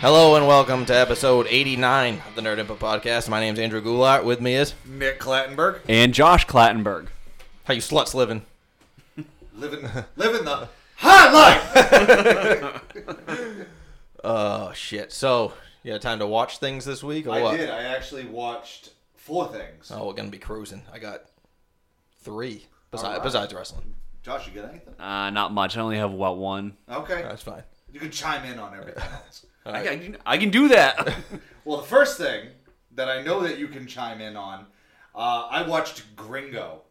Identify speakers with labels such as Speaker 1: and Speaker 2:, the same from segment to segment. Speaker 1: Hello and welcome to episode 89 of the Nerd Input Podcast. My name's Andrew Goulart. With me is
Speaker 2: Nick Clattenburg.
Speaker 3: and Josh Clattenburg.
Speaker 1: how you sluts living.
Speaker 2: Living, living the high life.
Speaker 1: Oh shit! So you had time to watch things this week or what?
Speaker 2: I did. I actually watched four things.
Speaker 1: Oh, we're gonna be cruising. I got three
Speaker 2: All
Speaker 1: besides
Speaker 2: right.
Speaker 1: besides wrestling.
Speaker 2: Josh, you got anything?
Speaker 3: Uh, not much. I only have what one.
Speaker 2: Okay.
Speaker 1: That's fine.
Speaker 2: You can chime in on everything else.
Speaker 1: All
Speaker 3: I,
Speaker 1: right.
Speaker 3: I can, I can do that.
Speaker 2: Well, the first thing that I know that you can chime in on, uh, I watched Gringo.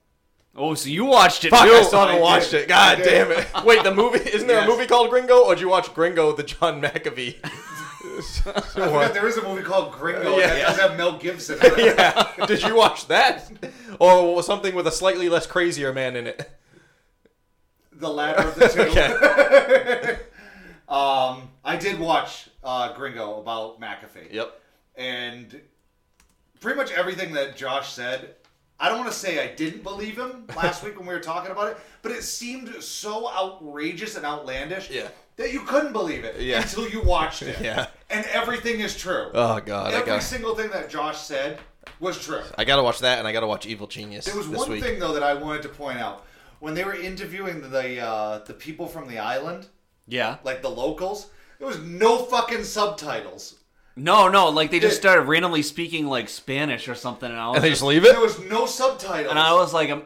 Speaker 3: oh, so you watched it
Speaker 1: Fuck!
Speaker 3: too?
Speaker 1: I still haven't
Speaker 2: I
Speaker 1: watched
Speaker 2: did.
Speaker 1: it. God
Speaker 2: I did.
Speaker 1: damn it! Wait, the movie isn't there
Speaker 2: Yes.
Speaker 1: a movie called Gringo, or did you watch Gringo the John McAfee?
Speaker 2: I forgot there is a movie called Gringo
Speaker 1: Yeah.
Speaker 2: that does have Mel Gibson. In it.
Speaker 1: yeah. Did you watch that, or something with a slightly less crazier man in it?
Speaker 2: The latter of the two.
Speaker 1: Okay.
Speaker 2: Um, I did watch uh, Gringo about McAfee.
Speaker 1: Yep.
Speaker 2: and pretty much everything that Josh said, I don't want to say I didn't believe him last week when we were talking about it, but it seemed so outrageous and outlandish
Speaker 1: Yeah.
Speaker 2: that you couldn't believe it
Speaker 1: Yeah.
Speaker 2: until you watched it.
Speaker 1: Yeah.
Speaker 2: And everything is true.
Speaker 1: Oh god, I
Speaker 2: Every
Speaker 1: got.
Speaker 2: single thing that Josh said was true.
Speaker 1: I gotta watch that, and I gotta watch Evil Genius
Speaker 2: There was
Speaker 1: this
Speaker 2: one
Speaker 1: week.
Speaker 2: thing though that I wanted to point out. When they were interviewing the uh, the people from the island,
Speaker 3: Yeah.
Speaker 2: like the locals, there was no fucking subtitles.
Speaker 3: No, no. Like they just
Speaker 2: Dude.
Speaker 3: started randomly speaking like Spanish or something, and I was
Speaker 1: and they
Speaker 3: just,
Speaker 1: just leave
Speaker 2: There
Speaker 1: it.
Speaker 2: was no subtitles.
Speaker 3: and I was like, I'm,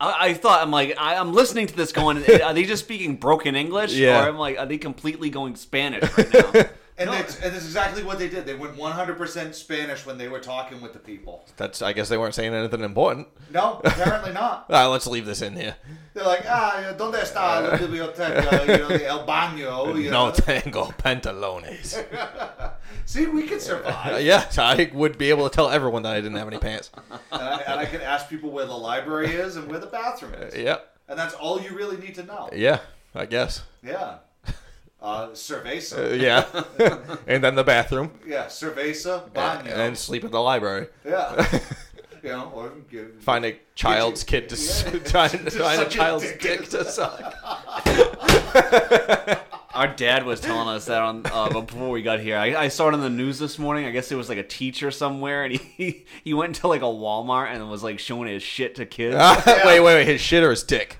Speaker 3: I, I thought I'm like I, I'm listening to this going. are they just speaking broken English?
Speaker 1: Yeah.
Speaker 3: Or I'm like, are they completely going Spanish right now?
Speaker 2: And,
Speaker 3: No.
Speaker 2: that's, and that's exactly what they did. They went 100% Spanish when they were talking with the people.
Speaker 1: That's. I guess they weren't saying anything important.
Speaker 2: No, apparently not.
Speaker 1: Ah, let's leave this in here.
Speaker 2: They're like, ah, donde está la biblioteca? You know, the el baño. You
Speaker 1: No
Speaker 2: know.
Speaker 1: tango pantalones.
Speaker 2: See, we can survive.
Speaker 1: yes, I would be able to tell everyone that I didn't have any pants.
Speaker 2: and, I, and I can ask people where the library is and where the bathroom is.
Speaker 1: Yep.
Speaker 2: And that's all you really need to know.
Speaker 1: Yeah, I guess.
Speaker 2: Yeah. Uh, cerveza.
Speaker 1: Uh, yeah. and then the bathroom. Uh,
Speaker 2: Yeah, cerveza,
Speaker 1: And,
Speaker 2: baño.
Speaker 1: sleep in the library.
Speaker 2: Yeah. You know, or give,
Speaker 1: Find a child's kid to s
Speaker 2: Yeah.
Speaker 1: trying to find a
Speaker 2: suck a
Speaker 1: child's
Speaker 2: dick.
Speaker 1: dick to suck.
Speaker 3: Our dad was telling us that on uh, before we got here. I, I saw it on the news this morning. I guess it was like a teacher somewhere, and he he went into like a Walmart and was like showing his shit to kids.
Speaker 1: Ah, Wait, wait, wait. His shit or his dick?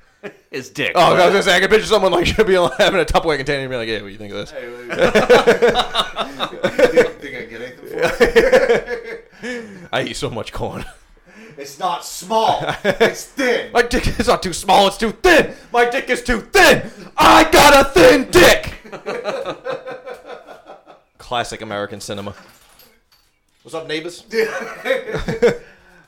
Speaker 3: his dick.
Speaker 1: Oh, I was gonna say I could picture someone like should be having a Tupperware container and be like, "Hey, what do you think of this?"
Speaker 2: Hey, wait, wait. think, think I get anything for it?
Speaker 1: I eat so much corn.
Speaker 2: It's not small. It's thin.
Speaker 1: My dick is not too small, it's too thin. My dick is too thin. I got a thin dick. Classic American cinema. What's up, neighbors?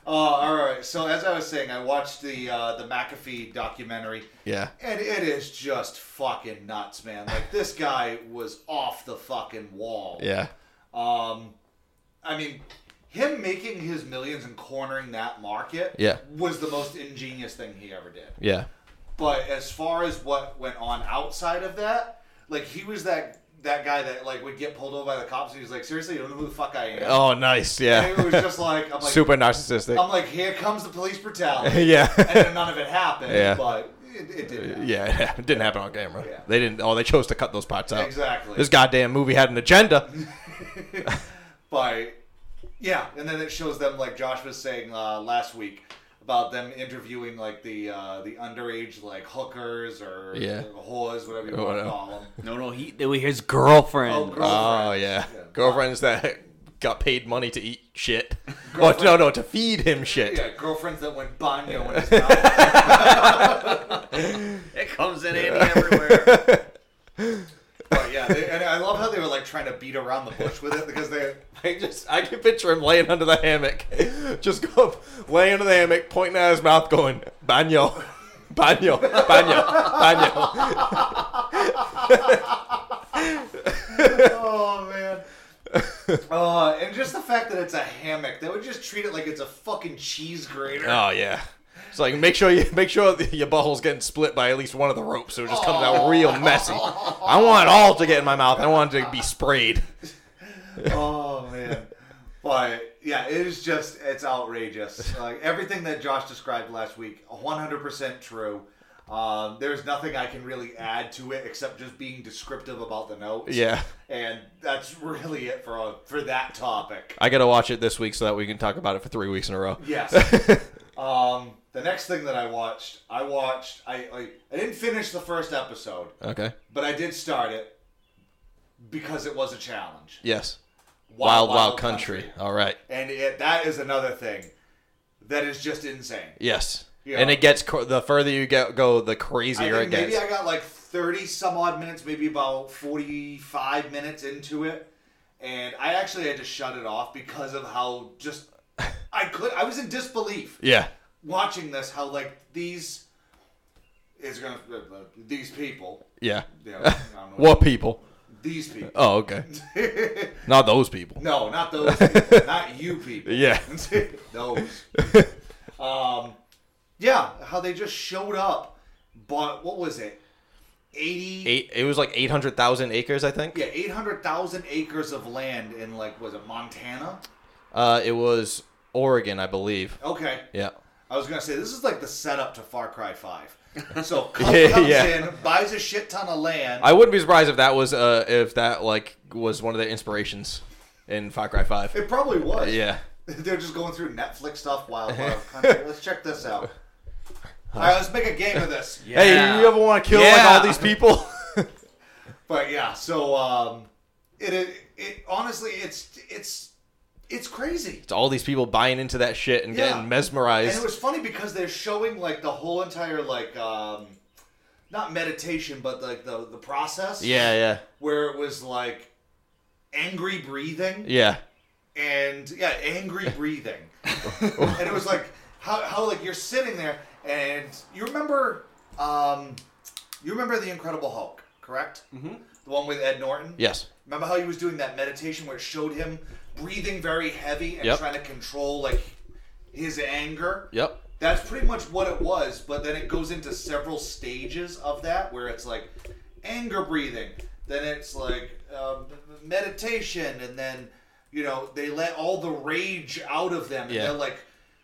Speaker 2: Uh, all right. So as I was saying, I watched the uh, the McAfee documentary,
Speaker 1: Yeah.
Speaker 2: and it is just fucking nuts, man. Like this guy was off the fucking wall.
Speaker 1: Yeah.
Speaker 2: Um, I mean, him making his millions and cornering that market,
Speaker 1: Yeah.
Speaker 2: was the most ingenious thing he ever did.
Speaker 1: Yeah.
Speaker 2: But as far as what went on outside of that, like he was that that guy that like would get pulled over by the cops, and he was like, "Seriously, you don't know who the fuck I am."
Speaker 1: Oh, nice.
Speaker 2: And it was
Speaker 1: Yeah.
Speaker 2: just like, I'm like,
Speaker 1: Super narcissistic.
Speaker 2: I'm like, here comes the police brutality. and
Speaker 1: yeah.
Speaker 2: then none of it happened.
Speaker 1: Yeah.
Speaker 2: But it, it did. happen.
Speaker 1: yeah. It didn't happen on camera.
Speaker 2: Yeah.
Speaker 1: They didn't. Oh, they chose to cut those parts out.
Speaker 2: Exactly.
Speaker 1: This goddamn movie had an agenda.
Speaker 2: But yeah, and then it shows them like Josh was saying uh, last week about them interviewing like the uh, the underage like hookers or
Speaker 1: Yeah.
Speaker 2: whores, whatever you
Speaker 1: Or
Speaker 2: want to
Speaker 1: whatever.
Speaker 2: call them.
Speaker 3: no, no. He they were his girlfriend.
Speaker 2: Oh, girl-
Speaker 1: Oh,
Speaker 2: Girlfriends.
Speaker 1: yeah.
Speaker 2: Yeah.
Speaker 1: Girlfriends that got paid money to eat shit. Oh, no, no, to feed him shit.
Speaker 2: Yeah, girlfriends that went banyo in his mouth.
Speaker 3: It comes in handy everywhere.
Speaker 2: but yeah, they, and I love how they were like trying to beat around the bush with it because they
Speaker 1: I just I can picture him laying under the hammock, just go laying under the hammock, pointing at his mouth, going baño, baño, baño, baño.
Speaker 2: Oh man. uh, and just the fact that it's a hammock, they would just treat it like it's a fucking cheese grater.
Speaker 1: Oh yeah, it's like make sure you make sure that your butthole's getting split by at least one of the ropes, so it just comes out real messy. I want it all to get in my mouth. I want it to be sprayed.
Speaker 2: Oh man. But yeah, it is just it's outrageous. Like everything that Josh described last week, 100% true. Uh, there's nothing I can really add to it except just being descriptive about the notes.
Speaker 1: Yeah.
Speaker 2: And that's really it for uh, for that topic.
Speaker 1: I gotta watch it this week so that we can talk about it for three weeks in a row.
Speaker 2: Yes. um, the next thing that I watched, I watched. I, I I didn't finish the first episode,
Speaker 1: Okay.
Speaker 2: but I did start it because it was a challenge.
Speaker 1: Yes. Wild, wild, country. All right.
Speaker 2: And it, that is another thing that is just insane.
Speaker 1: Yes.
Speaker 2: Yeah.
Speaker 1: And it gets cr- the further you get, go, the
Speaker 2: I
Speaker 1: crazier
Speaker 2: think
Speaker 1: it
Speaker 2: maybe
Speaker 1: gets.
Speaker 2: I got like 30 some odd minutes, maybe about 45 minutes into it. And I actually had to shut it off because of how just. I could. I was in disbelief
Speaker 1: yeah.
Speaker 2: watching this, how like these. Is gonna uh, these people.
Speaker 1: Yeah.
Speaker 2: You know, I don't know,
Speaker 1: What people?
Speaker 2: these people?
Speaker 1: Oh, okay. Not those people.
Speaker 2: No, not those. people, not you people.
Speaker 1: Yeah.
Speaker 2: those. Um, yeah, how they just showed up, bought what was it, eighty?
Speaker 1: Eight. It was like eight hundred thousand acres, I think.
Speaker 2: Yeah, eight hundred thousand acres of land in like was it Montana?
Speaker 1: Uh, it was Oregon, I believe.
Speaker 2: Okay,
Speaker 1: Yeah.
Speaker 2: I was gonna say this is like the setup to Far Cry Five. So Cub comes
Speaker 1: yeah.
Speaker 2: in, buys a shit ton of land.
Speaker 1: I wouldn't be surprised if that was uh if that like was one of the inspirations in Far Cry Five.
Speaker 2: it probably was.
Speaker 1: Yeah.
Speaker 2: They're just going through Netflix stuff. Wild, wild country. Let's check this out. All right, let's make a game of this.
Speaker 3: Yeah.
Speaker 1: Hey, you ever want to kill like
Speaker 3: Yeah.
Speaker 1: all these people?
Speaker 2: But yeah, so um, it, it it honestly it's it's it's crazy.
Speaker 1: it's all these people buying into that shit and
Speaker 2: Yeah.
Speaker 1: getting
Speaker 2: And it
Speaker 1: mesmerized.
Speaker 2: was funny because they're showing like the whole entire like um, not meditation but like the the process.
Speaker 1: yeah, yeah,
Speaker 2: Where it was like angry breathing
Speaker 1: yeah.
Speaker 2: and yeah, angry breathing, and it was like how how like you're sitting there and you remember um, you remember the Incredible Hulk, correct? Mm-hmm. The one with Ed Norton.
Speaker 1: Yes.
Speaker 2: Remember how he was doing that meditation where it showed him breathing very heavy and
Speaker 1: Yep.
Speaker 2: trying to control like his anger?
Speaker 1: Yep.
Speaker 2: That's pretty much what it was, but then it goes into several stages of that where it's like anger breathing, then it's like um, meditation, and then you know they let all the rage out of them, and
Speaker 1: Yeah.
Speaker 2: they're like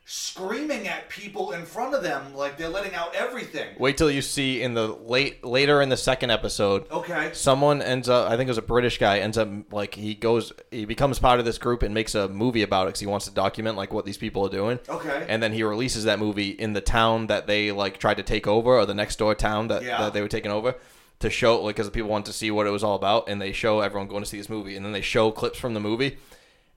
Speaker 2: screaming at people in front of them, like they're letting out everything.
Speaker 1: Wait till you see in the late later in the second episode.
Speaker 2: Okay.
Speaker 1: Someone ends up, I think it was a British guy, ends up like he goes, he becomes part of this group and makes a movie about it because he wants to document like what these people are doing.
Speaker 2: Okay.
Speaker 1: And then he releases that movie in the town that they like tried to take over or the next door town that,
Speaker 2: Yeah.
Speaker 1: that they were taking over to show like because people want to see what it was all about and they show everyone going to see this movie and then they show clips from the movie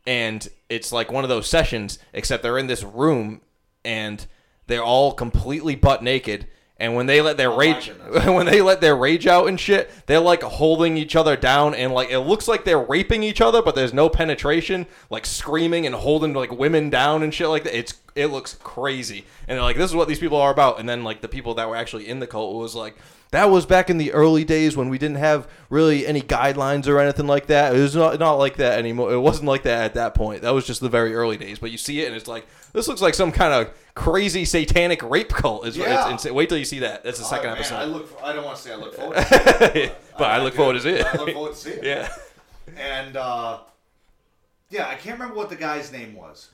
Speaker 1: and it's like one of those sessions except they're in this room and they're all completely butt naked and when they let their rage
Speaker 2: goodness.
Speaker 1: when they let their rage out and shit they're like holding each other down and like it looks like they're raping each other but there's no penetration like screaming and holding like women down and shit like that it's it looks crazy and they're like this is what these people are about and then like the people that were actually in the cult was like that was back in the early days when we didn't have really any guidelines or anything like that. It was not, not like that anymore. It wasn't like that at that point. That was just the very early days. But you see it, and it's like this looks like some kind of crazy satanic rape cult. Is
Speaker 2: Yeah.
Speaker 1: it's, it's, wait till you see that. That's the second
Speaker 2: Oh, man, I
Speaker 1: episode.
Speaker 2: look. For, I don't want to say I look forward. to it,
Speaker 1: but I, look
Speaker 2: do.
Speaker 1: forward to see it.
Speaker 2: I look forward to see it.
Speaker 1: yeah,
Speaker 2: And uh, yeah, I can't remember what the guy's name was.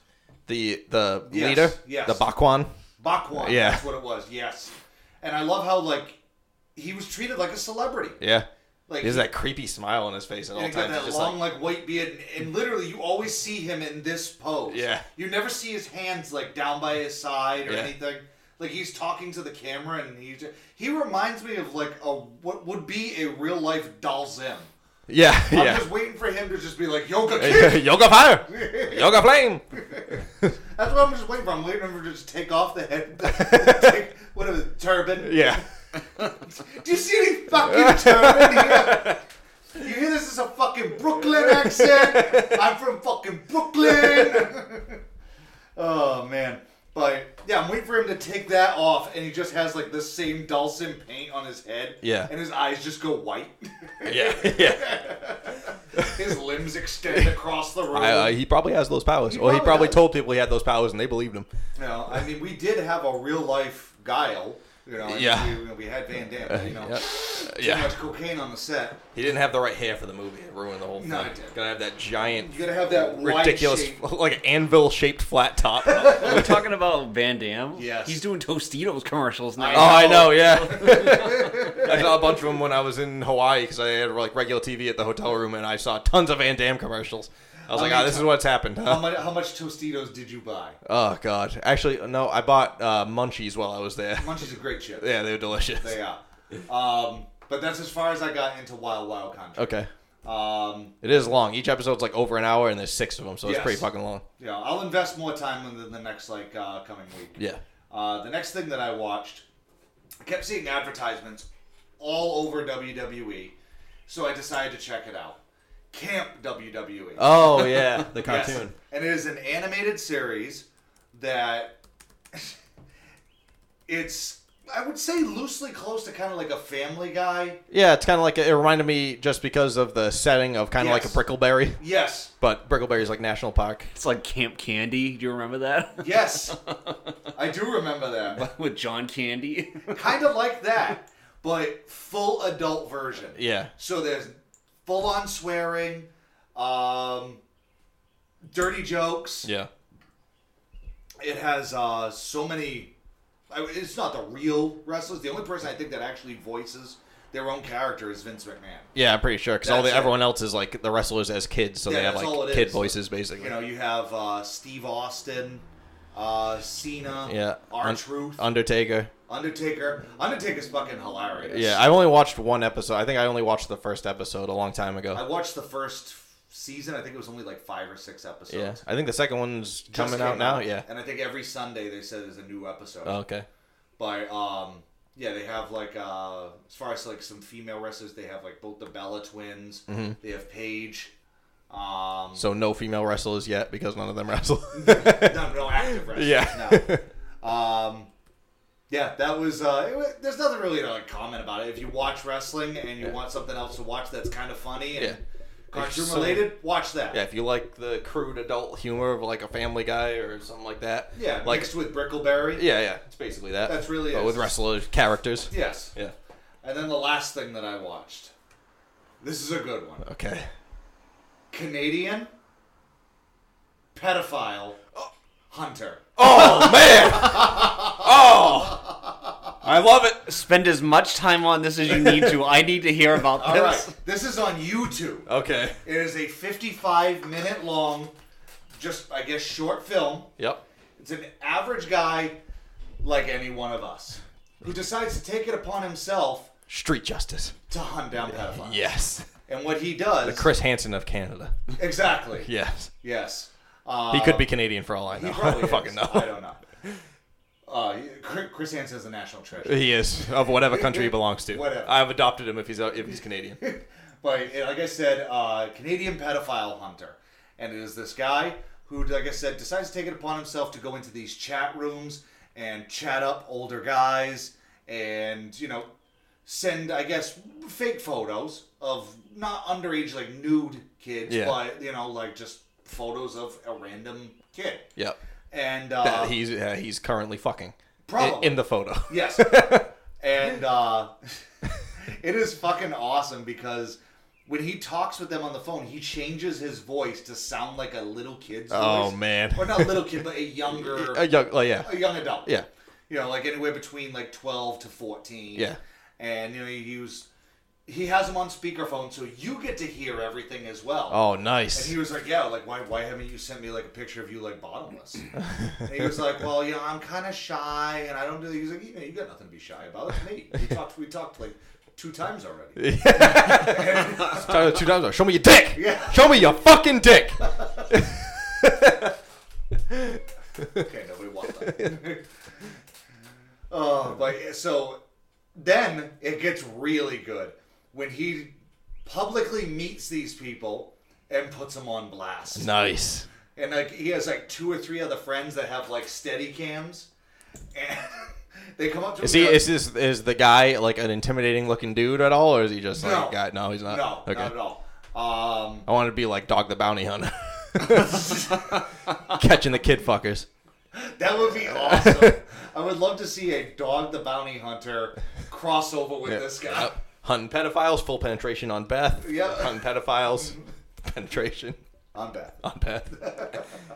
Speaker 1: the the
Speaker 2: Yes,
Speaker 1: leader,
Speaker 2: yes.
Speaker 1: the Bakwan.
Speaker 2: Bakwan.
Speaker 1: Yeah.
Speaker 2: That's what it was. Yes. And I love how like he was treated like a celebrity.
Speaker 1: Yeah,
Speaker 2: Like
Speaker 1: there's that creepy smile on his face at
Speaker 2: he
Speaker 1: all
Speaker 2: and he got
Speaker 1: times. It's
Speaker 2: that
Speaker 1: just
Speaker 2: long
Speaker 1: like
Speaker 2: like, white beard, and, and literally you always see him in this pose.
Speaker 1: Yeah.
Speaker 2: You never see his hands like down by his side or
Speaker 1: Yeah.
Speaker 2: anything. Like he's talking to the camera, and he just, he reminds me of like a what would be a real life Dalzim.
Speaker 1: yeah,
Speaker 2: I'm
Speaker 1: yeah.
Speaker 2: just waiting for him to just be like Yoga Kid.
Speaker 1: Yoga fire, yoga flame.
Speaker 2: That's what I'm just waiting for. I'm waiting for him to just take off the head, take whatever the turban.
Speaker 1: Yeah,
Speaker 2: Do you see any fucking turban here? You hear this is a fucking Brooklyn accent? I'm from fucking Brooklyn. oh man. But yeah, I'm waiting for him to take that off and he just has like the same Dulcim paint on his head.
Speaker 1: Yeah.
Speaker 2: And his eyes just go white.
Speaker 1: yeah, yeah.
Speaker 2: his limbs extend across the room.
Speaker 1: I, uh, he probably has those powers, or he
Speaker 2: probably
Speaker 1: probably
Speaker 2: does.
Speaker 1: told people he had those powers and they believed him.
Speaker 2: No, I mean we did have a real life guile. You know, and
Speaker 1: Yeah. Uh,
Speaker 2: we, we had Van Damme. You know,
Speaker 1: yeah.
Speaker 2: Too
Speaker 1: yeah.
Speaker 2: much cocaine on the set.
Speaker 1: He didn't have the right hair for the movie. It ruined the whole thing.
Speaker 2: No, it did.
Speaker 1: Gotta have that giant,
Speaker 2: You gotta have that wide
Speaker 1: ridiculous,
Speaker 2: shape.
Speaker 1: like an anvil shaped flat top.
Speaker 3: Are we talking about Van Damme?
Speaker 2: Yes.
Speaker 3: He's doing Tostitos commercials now.
Speaker 1: Oh, I know. Yeah, I saw a bunch of them when I was in Hawaii because I had like regular TV at the hotel room, and I saw tons of Van Damme commercials. I was
Speaker 2: How
Speaker 1: like,
Speaker 2: many
Speaker 1: "Ah, this
Speaker 2: ti-
Speaker 1: is what's happened."
Speaker 2: How
Speaker 1: Huh?
Speaker 2: much, how much Tostitos did you buy?
Speaker 1: Oh God! Actually, no. I bought uh, munchies while I was there.
Speaker 2: Munchies are great chips.
Speaker 1: Yeah, they were delicious.
Speaker 2: They are. Um, but that's as far as I got into Wild Wild Country.
Speaker 1: Okay,
Speaker 2: Um,
Speaker 1: it is long. Each episode's like over an hour, and there's six of them, so it's
Speaker 2: Yes.
Speaker 1: pretty fucking long.
Speaker 2: yeah, I'll invest more time in the, the next like uh, coming week.
Speaker 1: Yeah.
Speaker 2: Uh, the next thing that I watched, I kept seeing advertisements all over WWE, so I decided to check it out. Camp E. WWE.
Speaker 1: Oh yeah, the
Speaker 2: Yes.
Speaker 1: cartoon.
Speaker 2: And it is an animated series that it's I would say loosely close to kind of like a Family Guy.
Speaker 1: Yeah, it's kind of like it reminded me just because of the setting of kind of
Speaker 2: Yes.
Speaker 1: like a Brickleberry,
Speaker 2: Yes.
Speaker 1: but Brickleberry's like national park.
Speaker 3: It's like Camp Candy. Do you remember that?
Speaker 2: Yes. I do remember that.
Speaker 3: With John Candy.
Speaker 2: Kind of like that, but full adult version.
Speaker 1: Yeah.
Speaker 2: So there's full on swearing, um, dirty jokes.
Speaker 1: Yeah.
Speaker 2: It has uh, so many. I, it's not the real wrestlers. The only person I think that actually voices their own character is Vince McMahon.
Speaker 1: Yeah, I'm pretty sure because all the
Speaker 2: That's it.
Speaker 1: everyone else is like the wrestlers as kids, so
Speaker 2: Yeah,
Speaker 1: they have
Speaker 2: that's all
Speaker 1: like
Speaker 2: it
Speaker 1: kid
Speaker 2: is.
Speaker 1: voices basically.
Speaker 2: You know, you have uh, Steve Austin, uh, Cena,
Speaker 1: yeah,
Speaker 2: R
Speaker 1: Un-
Speaker 2: Truth,
Speaker 1: Undertaker.
Speaker 2: Undertaker. Undertaker's fucking hilarious.
Speaker 1: Yeah, I've only watched one episode. I think I only watched the first episode a long time
Speaker 2: I
Speaker 1: ago.
Speaker 2: watched the first season. I think it was only like five or six episodes.
Speaker 1: Yeah, I think the second one's
Speaker 2: Just
Speaker 1: coming out
Speaker 2: came
Speaker 1: now. Yeah.
Speaker 2: And I think every Sunday they said there's a new episode.
Speaker 1: Oh, okay.
Speaker 2: But um, yeah, they have like uh, as far as like some female wrestlers, they have like both the Bella twins.
Speaker 1: Mm-hmm.
Speaker 2: They have Paige. Um,
Speaker 1: So no female wrestlers yet because none of them wrestle.
Speaker 2: no, no active wrestlers.
Speaker 1: Yeah.
Speaker 2: No. Um, yeah, that was. Uh, it wa there's nothing really to like, comment about it. If you watch wrestling and you want something else to watch that's kind of funny and
Speaker 1: Yeah.
Speaker 2: cartoon
Speaker 1: There's so-
Speaker 2: related, watch that.
Speaker 1: yeah, if you like the crude adult humor of like a Family Guy or something like that.
Speaker 2: Yeah,
Speaker 1: Like
Speaker 2: mixed with Brickleberry.
Speaker 1: yeah, yeah. It's basically that.
Speaker 2: That's really
Speaker 1: but
Speaker 2: it.
Speaker 1: with wrestler characters.
Speaker 2: Yes.
Speaker 1: Yeah.
Speaker 2: And then the last thing that I watched. This is a good one.
Speaker 1: Okay.
Speaker 2: Canadian pedophile hunter.
Speaker 1: Oh man! Oh, I love it.
Speaker 3: Spend as much time on this as you need to. I need to hear about
Speaker 2: All
Speaker 3: this.
Speaker 2: right, this is on YouTube.
Speaker 1: Okay.
Speaker 2: It is a 55 minute long, just I guess short film.
Speaker 1: Yep.
Speaker 2: It's an average guy, like any one of us, who decides to take it upon himself
Speaker 1: Street justice.
Speaker 2: to hunt down pedophiles.
Speaker 1: Yes.
Speaker 2: And what he does
Speaker 1: Chris Hansen of Canada.
Speaker 2: exactly.
Speaker 1: Yes.
Speaker 2: Yes. Uh,
Speaker 1: He could be Canadian for all I know.
Speaker 2: He
Speaker 1: I
Speaker 2: probably
Speaker 1: don't
Speaker 2: is.
Speaker 1: fucking know.
Speaker 2: I don't know. Uh, Chris- Chris Hansen is a national treasure.
Speaker 1: He is of whatever country he belongs to.
Speaker 2: Whatever.
Speaker 1: I've adopted him if he's if he's Canadian.
Speaker 2: But uh, like I said, uh, Canadian pedophile hunter, and it is this guy who, like I said, decides to take it upon himself to go into these chat rooms and chat up older guys, and you know, send I guess fake photos of not underage like nude kids,
Speaker 1: Yeah.
Speaker 2: but you know, like just photos of a random kid,
Speaker 1: Yep.
Speaker 2: and uh,
Speaker 1: That he's uh, he's currently fucking I-
Speaker 2: Probably.
Speaker 1: in, the photo.
Speaker 2: Yes. and uh, it is fucking awesome because when he talks with them on the phone, he changes his voice to sound like a little kid's
Speaker 1: Oh,
Speaker 2: voice.
Speaker 1: man.
Speaker 2: Or not little kid, but a younger,
Speaker 1: Uh, yeah, oh, yeah.
Speaker 2: a young adult.
Speaker 1: Yeah.
Speaker 2: You know, like anywhere between like 12 to 14.
Speaker 1: Yeah.
Speaker 2: And, you know, you use, he has him on speakerphone, so you get to hear everything as well.
Speaker 1: Oh,
Speaker 2: And
Speaker 1: nice.
Speaker 2: he was like, "Yeah, like why why haven't you sent me like a picture of you like bottomless?" and he was like, "Well, yeah, I'm kind of shy, and I don't do." He's like, "You know, you got nothing to be shy about. It's me. We talked, we talked like two times already."
Speaker 1: Tyler, two times. oh, Show me your dick.
Speaker 2: Yeah.
Speaker 1: Show me your fucking dick.
Speaker 2: okay, nobody wants that. Oh, but so then it gets really good when he publicly meets these people and puts them on blast.
Speaker 1: nice.
Speaker 2: and like he has like two or three other friends that have like steady cams and they come up to
Speaker 1: Is
Speaker 2: him
Speaker 1: he?
Speaker 2: and
Speaker 1: Is this? Is the guy like an intimidating looking dude at all, or is he just like
Speaker 2: No.
Speaker 1: a guy? No, he's
Speaker 2: go,
Speaker 1: not.
Speaker 2: no
Speaker 1: Uh, Okay.
Speaker 2: not at all um
Speaker 1: I want to be like Dog the Bounty Hunter, catching the kid fuckers.
Speaker 2: that would be awesome i would love to see a dog the bounty hunter crossover with this guy
Speaker 1: Yep. hunting pedophiles, full penetration on Beth.
Speaker 2: Yeah.
Speaker 1: Hunting pedophiles, penetration
Speaker 2: I'm bad.
Speaker 1: on Beth.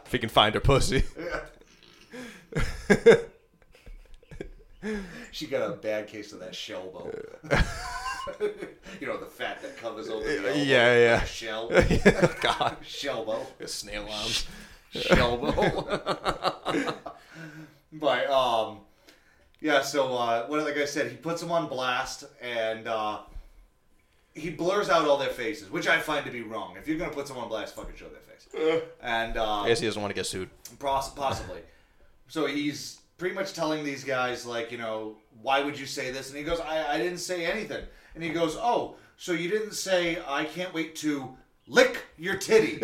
Speaker 1: if he can find her pussy.
Speaker 2: She got a bad case of that shell bone. you know the fat that covers over the elbow.
Speaker 1: Yeah, yeah.
Speaker 2: Shell.
Speaker 1: God.
Speaker 2: Shell bone.
Speaker 1: Snail arms.
Speaker 3: Shelbo.
Speaker 2: But um, yeah. So uh, what like I said, he puts them on blast and uh, he blurs out all their faces, which I find to be wrong. If you're gonna put someone on blast, fucking show their face. And uh,
Speaker 1: I guess he doesn't want to get sued.
Speaker 2: Poss- possibly. so he's pretty much telling these guys, like, you know, why would you say this? And he goes, I, I didn't say anything. And he goes, Oh, so you didn't say, I can't wait to lick your titty.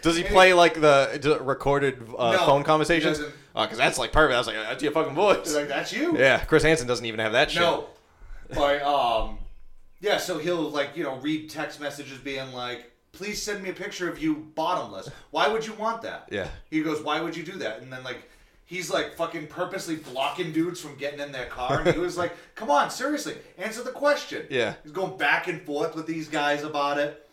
Speaker 1: Does he play like the d- recorded uh,
Speaker 2: No,
Speaker 1: phone conversations?
Speaker 2: he doesn't.
Speaker 1: Because that's like perfect. I was like, that's your fucking voice.
Speaker 2: like, that's you?
Speaker 1: Yeah, Chris Hansen doesn't even have that shit.
Speaker 2: No. But, um, yeah, so he'll, like, you know, read text messages being like, Please send me a picture of you bottomless. Why would you want that?
Speaker 1: Yeah.
Speaker 2: He goes, Why would you do that? And then, like, he's like fucking purposely blocking dudes from getting in their car. And he was like, Come on, seriously, answer the question.
Speaker 1: Yeah.
Speaker 2: He's going back and forth with these guys about it.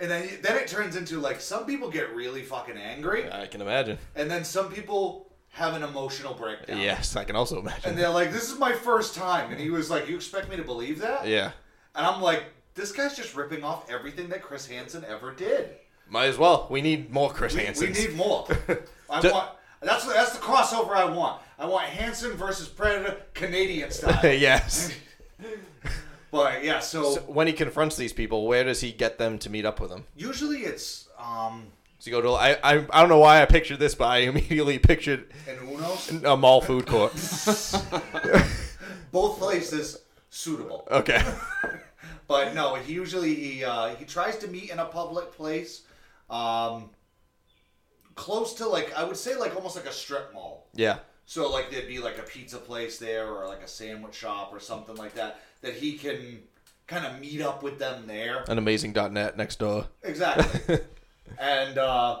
Speaker 2: And then, then it turns into like some people get really fucking angry,
Speaker 1: I can imagine.
Speaker 2: and then some people have an emotional breakdown.
Speaker 1: Yes, I can also imagine.
Speaker 2: And they're like, "This is my first time," and he was like, "You expect me to believe that?"
Speaker 1: yeah.
Speaker 2: And I'm like, "This guy's just ripping off everything that Chris Hansen ever did.
Speaker 1: Might as well. We need more Chris
Speaker 2: We, we
Speaker 1: Hansens.
Speaker 2: need more. I
Speaker 1: Ju-
Speaker 2: want that's the- that's the crossover I want. I want Hansen versus Predator Canadian style.
Speaker 1: yes.
Speaker 2: but yeah, so,
Speaker 1: So when he confronts these people, where does he get them to meet up with him?
Speaker 2: usually it's um
Speaker 1: Does he go to? I, I I don't know why I pictured this, but I immediately pictured
Speaker 2: an Uno's.
Speaker 1: a mall food court.
Speaker 2: both places suitable.
Speaker 1: Okay.
Speaker 2: But no, he usually he uh, he tries to meet in a public place, um, close to like I would say like almost like a strip mall.
Speaker 1: Yeah.
Speaker 2: So like there'd be like a pizza place there or like a sandwich shop or something like that that he can kind of meet up with them there.
Speaker 1: An amazing.net next door.
Speaker 2: Exactly. and uh,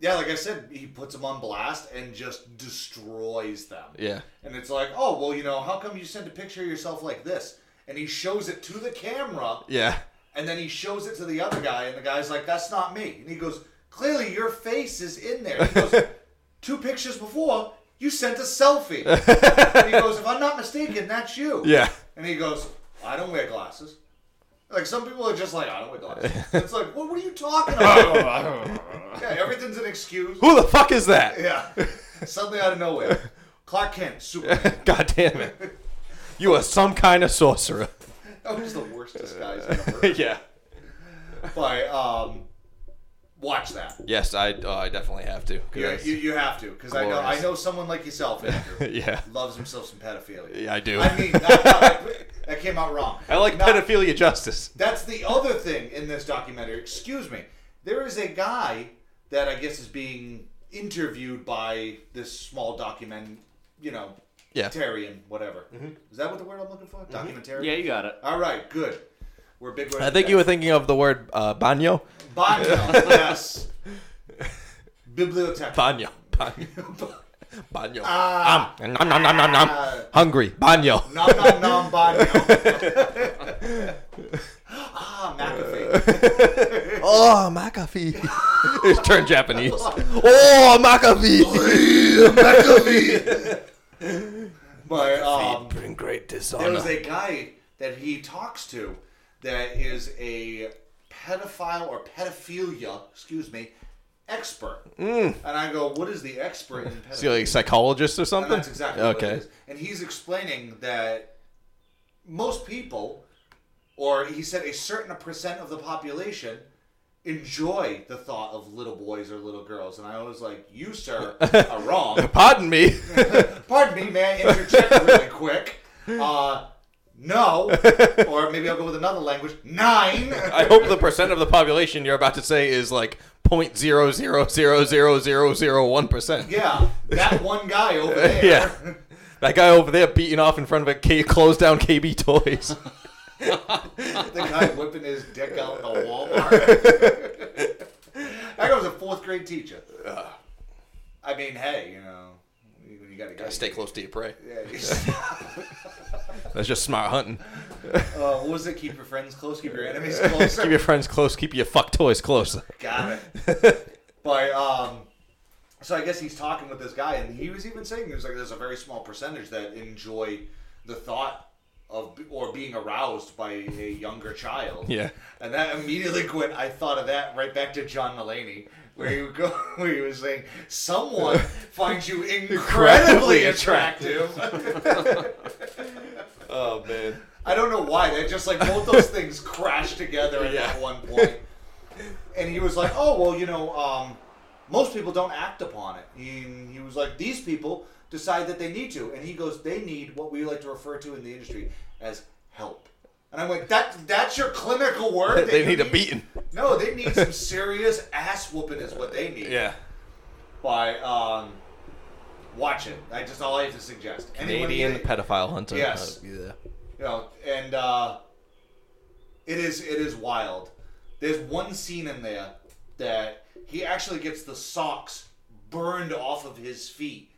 Speaker 2: yeah, like I said, he puts them on blast and just destroys them.
Speaker 1: Yeah.
Speaker 2: And it's like, oh well, you know, how come you sent a picture of yourself like this? And he shows it to the camera.
Speaker 1: Yeah.
Speaker 2: And then he shows it to the other guy, and the guy's like, "That's not me." And he goes, "Clearly, your face is in there." He goes, Two pictures before, you sent a selfie. and he goes, "If I'm not mistaken, that's you."
Speaker 1: Yeah.
Speaker 2: And he goes, "I don't wear glasses." Like some people are just like, "I don't wear glasses." it's like, well, what are you talking about? yeah, everything's an excuse.
Speaker 1: Who the fuck is that?
Speaker 2: Yeah, suddenly out of nowhere, Clark Kent, Superman.
Speaker 1: God damn it. You are some kind of sorcerer.
Speaker 2: That was the worst disguise ever.
Speaker 1: yeah.
Speaker 2: But um, watch that.
Speaker 1: Yes, I oh, I definitely have to. 'cause
Speaker 2: Yeah,
Speaker 1: that's-
Speaker 2: you, you have to because I know I
Speaker 1: Glorious.
Speaker 2: know someone like yourself, Andrew,
Speaker 1: yeah.
Speaker 2: loves himself some pedophilia.
Speaker 1: Yeah, I do.
Speaker 2: I mean, that, that, that came out wrong.
Speaker 1: I like
Speaker 2: Now,
Speaker 1: pedophilia justice.
Speaker 2: That's the other thing in this documentary. Excuse me. There is a guy that I guess is being interviewed by this small document, you know,
Speaker 1: Yeah. Mm-hmm.
Speaker 2: Tarian, whatever. Is that what the word I'm looking for? Documentarian.
Speaker 3: yeah, you got it.
Speaker 2: All right, good. We're big.
Speaker 1: I think you were thinking of the word uh, baño.
Speaker 2: Bano. yes. Bibliotheca.
Speaker 1: Baño. Baño. Baño.
Speaker 2: Ah.
Speaker 1: um, nom, nom, nom, nom, nom.
Speaker 2: Ah.
Speaker 1: Hungry. Baño.
Speaker 2: Nom nom nom bano. ah, McAfee.
Speaker 1: Oh, McAfee. it's turned Japanese. Oh,
Speaker 2: Oh,
Speaker 1: McAfee.
Speaker 2: But um,
Speaker 1: Bring great
Speaker 2: there was
Speaker 1: dishonor.
Speaker 2: a guy that he talks to that is a pedophile or pedophilia, excuse me, expert. And I go, what is the expert in
Speaker 1: Is he
Speaker 2: pedophilia?
Speaker 1: like a psychologist or
Speaker 2: And
Speaker 1: something?
Speaker 2: that's exactly
Speaker 1: okay.
Speaker 2: what it is. And he's explaining that most people, or he said a certain percent of the population, enjoy the thought of little boys or little girls. And I was like, you, sir, are wrong.
Speaker 1: Pardon me.
Speaker 2: Pardon me, man, interject really quick. Uh, no, or maybe I'll go with another language. Nine.
Speaker 1: I hope the percent of the population you're about to say is like point zero zero zero zero zero zero one percent.
Speaker 2: Yeah, that one guy over there.
Speaker 1: Yeah. That guy over there beating off in front of a K- closed down KB Toys.
Speaker 2: the guy whipping his dick out in a Walmart. that guy was a fourth grade teacher. I mean, hey, you know, you, you gotta,
Speaker 1: Gotta stay close to your prey.
Speaker 2: Yeah, you-
Speaker 1: That's just smart hunting.
Speaker 2: uh, what was it? Keep your friends close, keep your enemies close.
Speaker 1: keep your friends close. Keep your fuck toys close.
Speaker 2: Got it. but um, so I guess he's talking with this guy, and he was even saying he was like, "There's a very small percentage that enjoy the thought of or being aroused by a younger child."
Speaker 1: Yeah.
Speaker 2: and that immediately went. I thought of that right back to John Mulaney. Where he would go, where he was saying, someone finds you
Speaker 1: Incredibly
Speaker 2: incredibly attractive.
Speaker 1: Oh man.
Speaker 2: I don't know why. That just like both those things crashed together at
Speaker 1: Yeah.
Speaker 2: that one point. And he was like, "Oh well, you know, um, most people don't act upon it." And he was like, "These people decide that they need to." And he goes, "They need what we like to refer to in the industry as help." And I went, "That that's your clinical word.
Speaker 1: They need a beating.
Speaker 2: No, they need some serious ass whooping is what they need."
Speaker 1: Yeah.
Speaker 2: By um, watch it. I just all I have to suggest. Anyone-
Speaker 1: Canadian pedophile hunter.
Speaker 2: Yes.
Speaker 1: Uh, yeah.
Speaker 2: you know, and uh, it is it is wild. There's one scene in there that he actually gets the socks burned off of his feet.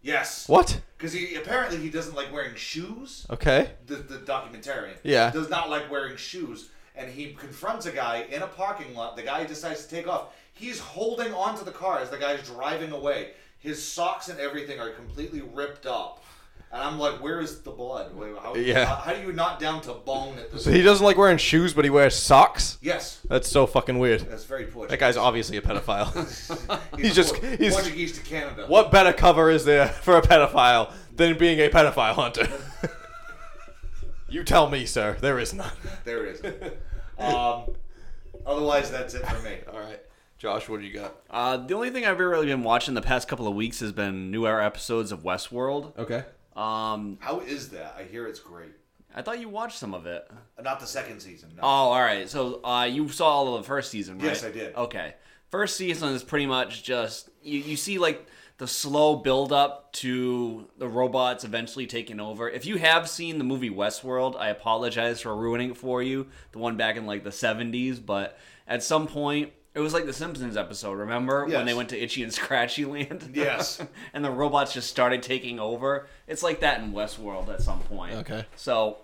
Speaker 2: Yes,
Speaker 1: What?
Speaker 2: because he apparently he doesn't like wearing shoes.
Speaker 1: Okay.
Speaker 2: The the documentarian,
Speaker 1: Yeah.
Speaker 2: does not like wearing shoes, and he confronts a guy in a parking lot. The guy decides to take off. He's holding onto the car as the guy's driving away. His socks and everything are completely ripped up. And I'm like, where is the blood? Wait, How,
Speaker 1: Yeah.
Speaker 2: how, how do you not down to bone at this?
Speaker 1: So he doesn't like wearing shoes, but he wears socks.
Speaker 2: yes,
Speaker 1: That's so fucking weird.
Speaker 2: that's very poor.
Speaker 1: That guy's obviously a pedophile. he's just-
Speaker 2: Por-
Speaker 1: he's-
Speaker 2: Portuguese to Canada.
Speaker 1: what better cover is there for a pedophile than being a pedophile hunter? you tell me, sir. There is none.
Speaker 2: There is. Um, otherwise, that's it for me.
Speaker 1: All right, Josh, what do you got?
Speaker 3: Uh, the only thing I've really been watching the past couple of weeks has been newer episodes of Westworld.
Speaker 1: Okay.
Speaker 3: Um,
Speaker 2: How is that? I hear it's great.
Speaker 3: I thought you watched some of it.
Speaker 2: Not the second season. No.
Speaker 3: Oh,
Speaker 1: Um,
Speaker 3: all right. So uh, you saw all of the first season, right?
Speaker 2: Yes, I did.
Speaker 3: Okay. First season is pretty much just you, you see like the slow build up to the robots eventually taking over. If you have seen the movie Westworld, I apologize for ruining it for you. The one back in like the 70s, but at some point it was like the Simpsons episode, remember?
Speaker 2: Yes.
Speaker 3: When they went to Itchy and Scratchy Land?
Speaker 2: Yes.
Speaker 3: and the robots just started taking over. It's like that in Westworld at some point.
Speaker 1: Okay.
Speaker 3: So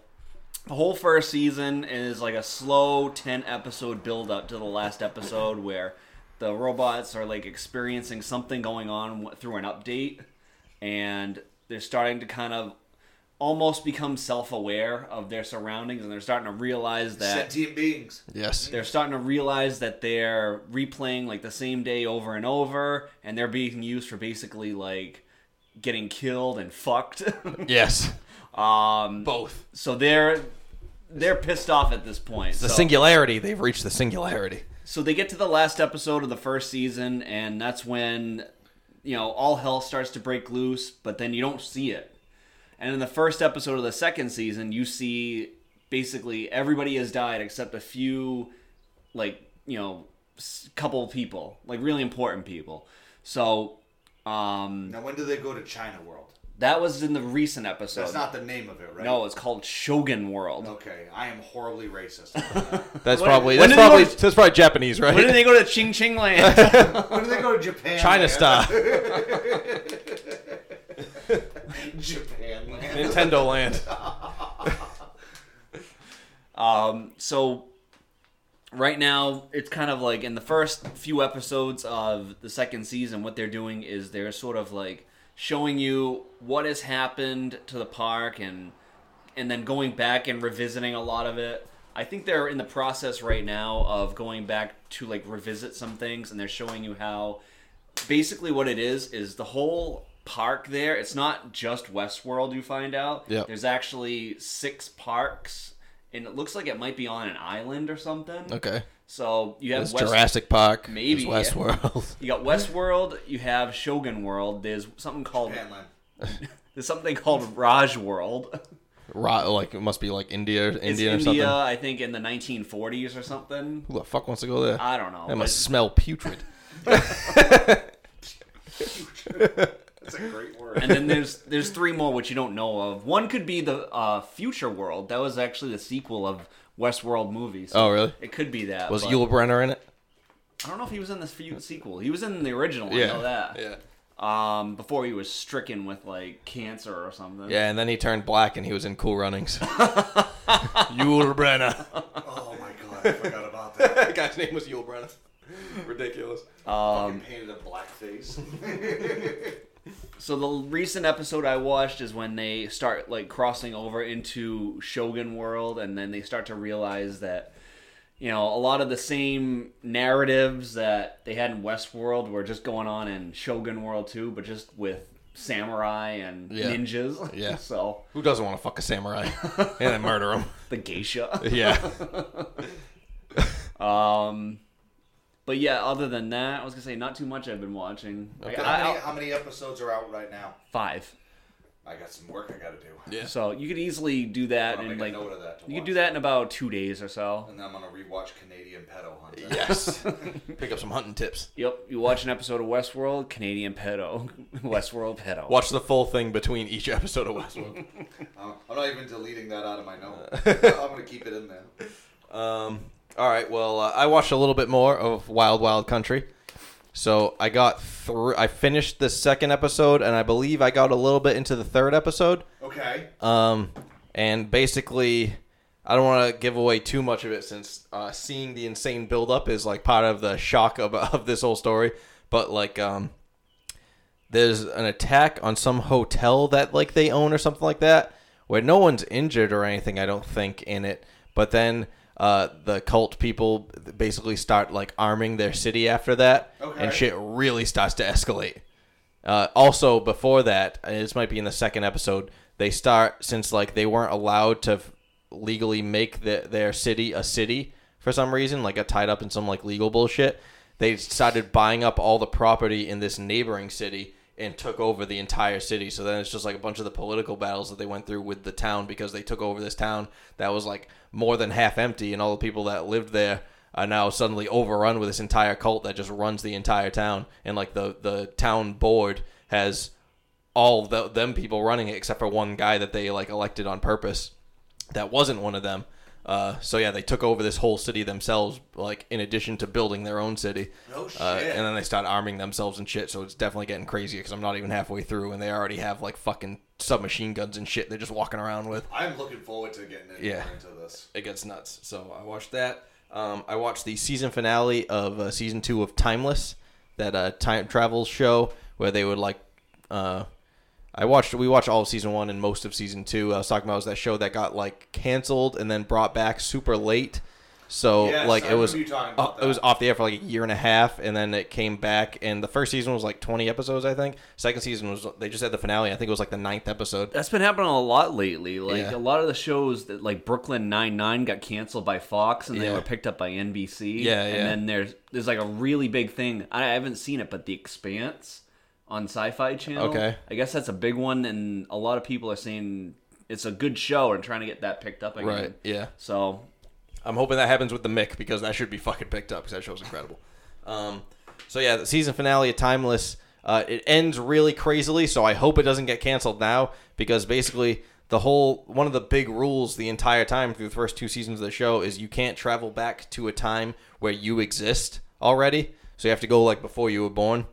Speaker 3: the whole first season is like a slow 10 episode build up to the last episode where the robots are like experiencing something going on w- through an update and they're starting to kind of almost become self-aware of their surroundings and they're starting to realize that
Speaker 2: Sentient beings.
Speaker 1: Yes.
Speaker 3: they're starting to realize that they're replaying like the same day over and over and they're being used for basically like getting killed and fucked
Speaker 1: Yes.
Speaker 3: um
Speaker 1: Both.
Speaker 3: so they're they're pissed off at this point
Speaker 1: The
Speaker 3: so,
Speaker 1: singularity. They've reached the singularity.
Speaker 3: so they get to the last episode of the first season and that's when you know all hell starts to break loose but then you don't see it and in the first episode of the second season you see basically everybody has died except a few like you know s- couple people like really important people so um
Speaker 2: Now, when do they go to China World?
Speaker 3: that was in the recent episode
Speaker 2: That's not the name of it, right?
Speaker 3: Uh, no it's called shogun world
Speaker 2: Okay, I am horribly racist.
Speaker 1: That's
Speaker 3: When-
Speaker 1: probably
Speaker 3: when
Speaker 1: that's
Speaker 3: did they
Speaker 1: probably
Speaker 3: go
Speaker 1: that's probably Japanese,
Speaker 3: when did
Speaker 1: right?
Speaker 3: they go to ching ching land
Speaker 2: when do they go to Japan?
Speaker 1: China
Speaker 2: man?
Speaker 1: Star,
Speaker 2: Japan. Man.
Speaker 1: Nintendo Land.
Speaker 3: Um, so right now it's kind of like in the first few episodes of the second season, what they're doing is they're sort of like showing you what has happened to the park and and then going back and revisiting a lot of it. I think they're in the process right now of going back to like revisit some things and they're showing you how basically what it is is the whole park there. It's not just Westworld you find out.
Speaker 1: Yep.
Speaker 3: There's actually six parks and it looks like it might be on an island or something.
Speaker 1: Okay.
Speaker 3: So you have
Speaker 1: It's
Speaker 3: West,
Speaker 1: Jurassic Park. Maybe
Speaker 3: Maybe, yeah.
Speaker 1: Westworld.
Speaker 3: you got Westworld, you have Shogun World, there's something called
Speaker 2: Japan land.
Speaker 3: there's something called Raj World.
Speaker 1: Ro- like it must be like India, India or
Speaker 3: it's
Speaker 1: something.
Speaker 3: India, I think in the 1940s or something.
Speaker 1: Who the fuck wants to go there?
Speaker 3: I don't know.
Speaker 1: that
Speaker 3: but-
Speaker 1: must smell putrid.
Speaker 2: That's a great word.
Speaker 3: and then there's there's three more which you don't know of. One could be the uh, Future World. That was actually the sequel of Westworld movies.
Speaker 1: Oh really?
Speaker 3: It could be that.
Speaker 1: Was
Speaker 3: but
Speaker 1: Yul Brenner in it?
Speaker 3: I don't know if he was in this few sequel. He was in the original. I know that.
Speaker 1: Yeah.
Speaker 3: um, before he was stricken with like cancer or something.
Speaker 1: Yeah, and then he turned black and he was in Cool Runnings. Yul Brenner.
Speaker 2: Oh my god, I forgot about that.
Speaker 1: That guy's name was Yul Brenner. Ridiculous.
Speaker 2: Fucking
Speaker 3: Um,
Speaker 2: painted a black face.
Speaker 3: So the recent episode I watched is when they start like crossing over into Shogun world, and then they start to realize that you know a lot of the same narratives that they had in Westworld were just going on in Shogun world too, but just with samurai and
Speaker 1: Yeah.
Speaker 3: ninjas.
Speaker 1: Yeah.
Speaker 3: so
Speaker 1: Who doesn't want to fuck a samurai and then murder him?
Speaker 3: the geisha.
Speaker 1: Yeah.
Speaker 3: um, but yeah, other than that, I was gonna say not too much I've been watching. Like,
Speaker 1: Okay.
Speaker 2: how,
Speaker 3: I,
Speaker 2: many,
Speaker 3: I,
Speaker 2: how many episodes are out right now?
Speaker 3: five.
Speaker 2: I got some work I gotta do.
Speaker 1: Yeah.
Speaker 3: So you could easily do that
Speaker 2: I'll
Speaker 3: in
Speaker 2: make
Speaker 3: like
Speaker 2: a note of that. to
Speaker 3: you could
Speaker 2: watch.
Speaker 3: do that in about two days or so.
Speaker 2: And then I'm gonna rewatch Canadian Pedo Hunter.
Speaker 1: Yes. Pick up some hunting tips.
Speaker 3: Yep, you watch an episode of Westworld, Canadian pedo, Westworld pedo.
Speaker 1: Watch the full thing between each episode of Westworld.
Speaker 2: I'm, I'm not even deleting that out of my note. I'm gonna keep it in there.
Speaker 1: Um, all right. Well, uh, I watched a little bit more of Wild Wild Country. So I got through. I finished the second episode, and I believe I got a little bit into the third episode.
Speaker 2: Okay.
Speaker 1: Um, and basically, I don't want to give away too much of it since uh, seeing the insane buildup is like part of the shock of, of this whole story. But like, um, there's an attack on some hotel that like they own or something like that, where no one's injured or anything. I don't think in it. But then uh, the cult people basically start like arming their city after that, and
Speaker 2: Okay.
Speaker 1: shit really starts to escalate. Uh, also, before that, and this might be in the second episode. They start since like they weren't allowed to f- legally make the, their city a city for some reason, like got tied up in some like legal bullshit. They started buying up all the property in this neighboring city and took over the entire city. So then it's just like a bunch of the political battles that they went through with the town because they took over this town that was like more than half empty, and all the people that lived there are now suddenly overrun with this entire cult that just runs the entire town and like the the town board has all the, them people running it except for one guy that they like elected on purpose that wasn't one of them uh, so yeah they took over this whole city themselves like in addition to building their own city
Speaker 2: No shit.
Speaker 1: Uh, and then they start arming themselves and shit so it's definitely getting crazy because i'm not even halfway through and they already have like fucking submachine guns and shit they're just walking around with
Speaker 2: I'm looking forward to getting in
Speaker 1: Yeah.
Speaker 2: into this.
Speaker 1: it gets nuts. So I watched that. Um, I watched the season finale of uh, season two of Timeless, that uh, time travel show where they would like. Uh, I watched. We watched all of season one and most of season two. I was talking about was that show that got like canceled and then brought back super late. So
Speaker 2: Yes,
Speaker 1: like
Speaker 2: I
Speaker 1: it was
Speaker 2: remember you talking about
Speaker 1: uh, it was
Speaker 2: that.
Speaker 1: off the air for like a year and a half, and then it came back. And the first season was like twenty episodes, I think. Second season was they just had the finale. I think it was like the ninth episode.
Speaker 3: That's been happening a lot lately. Like
Speaker 1: Yeah.
Speaker 3: a lot of the shows that like Brooklyn Nine Nine got canceled by Fox and they
Speaker 1: Yeah.
Speaker 3: were picked up by NBC.
Speaker 1: Yeah,
Speaker 3: And
Speaker 1: yeah.
Speaker 3: then there's there's like a really big thing. I haven't seen it, but The Expanse on Sci-Fi Channel.
Speaker 1: Okay.
Speaker 3: I guess that's a big one, and a lot of people are saying it's a good show and trying to get that picked up again.
Speaker 1: Right. Yeah.
Speaker 3: So
Speaker 1: I'm hoping that happens with the Mick because that should be fucking picked up because that show's incredible. Um, so yeah, the season finale of Timeless. Uh, it ends really crazily, so I hope it doesn't get canceled now because basically the whole one of the big rules the entire time through the first two seasons of the show is you can't travel back to a time where you exist already. So you have to go like before you were born.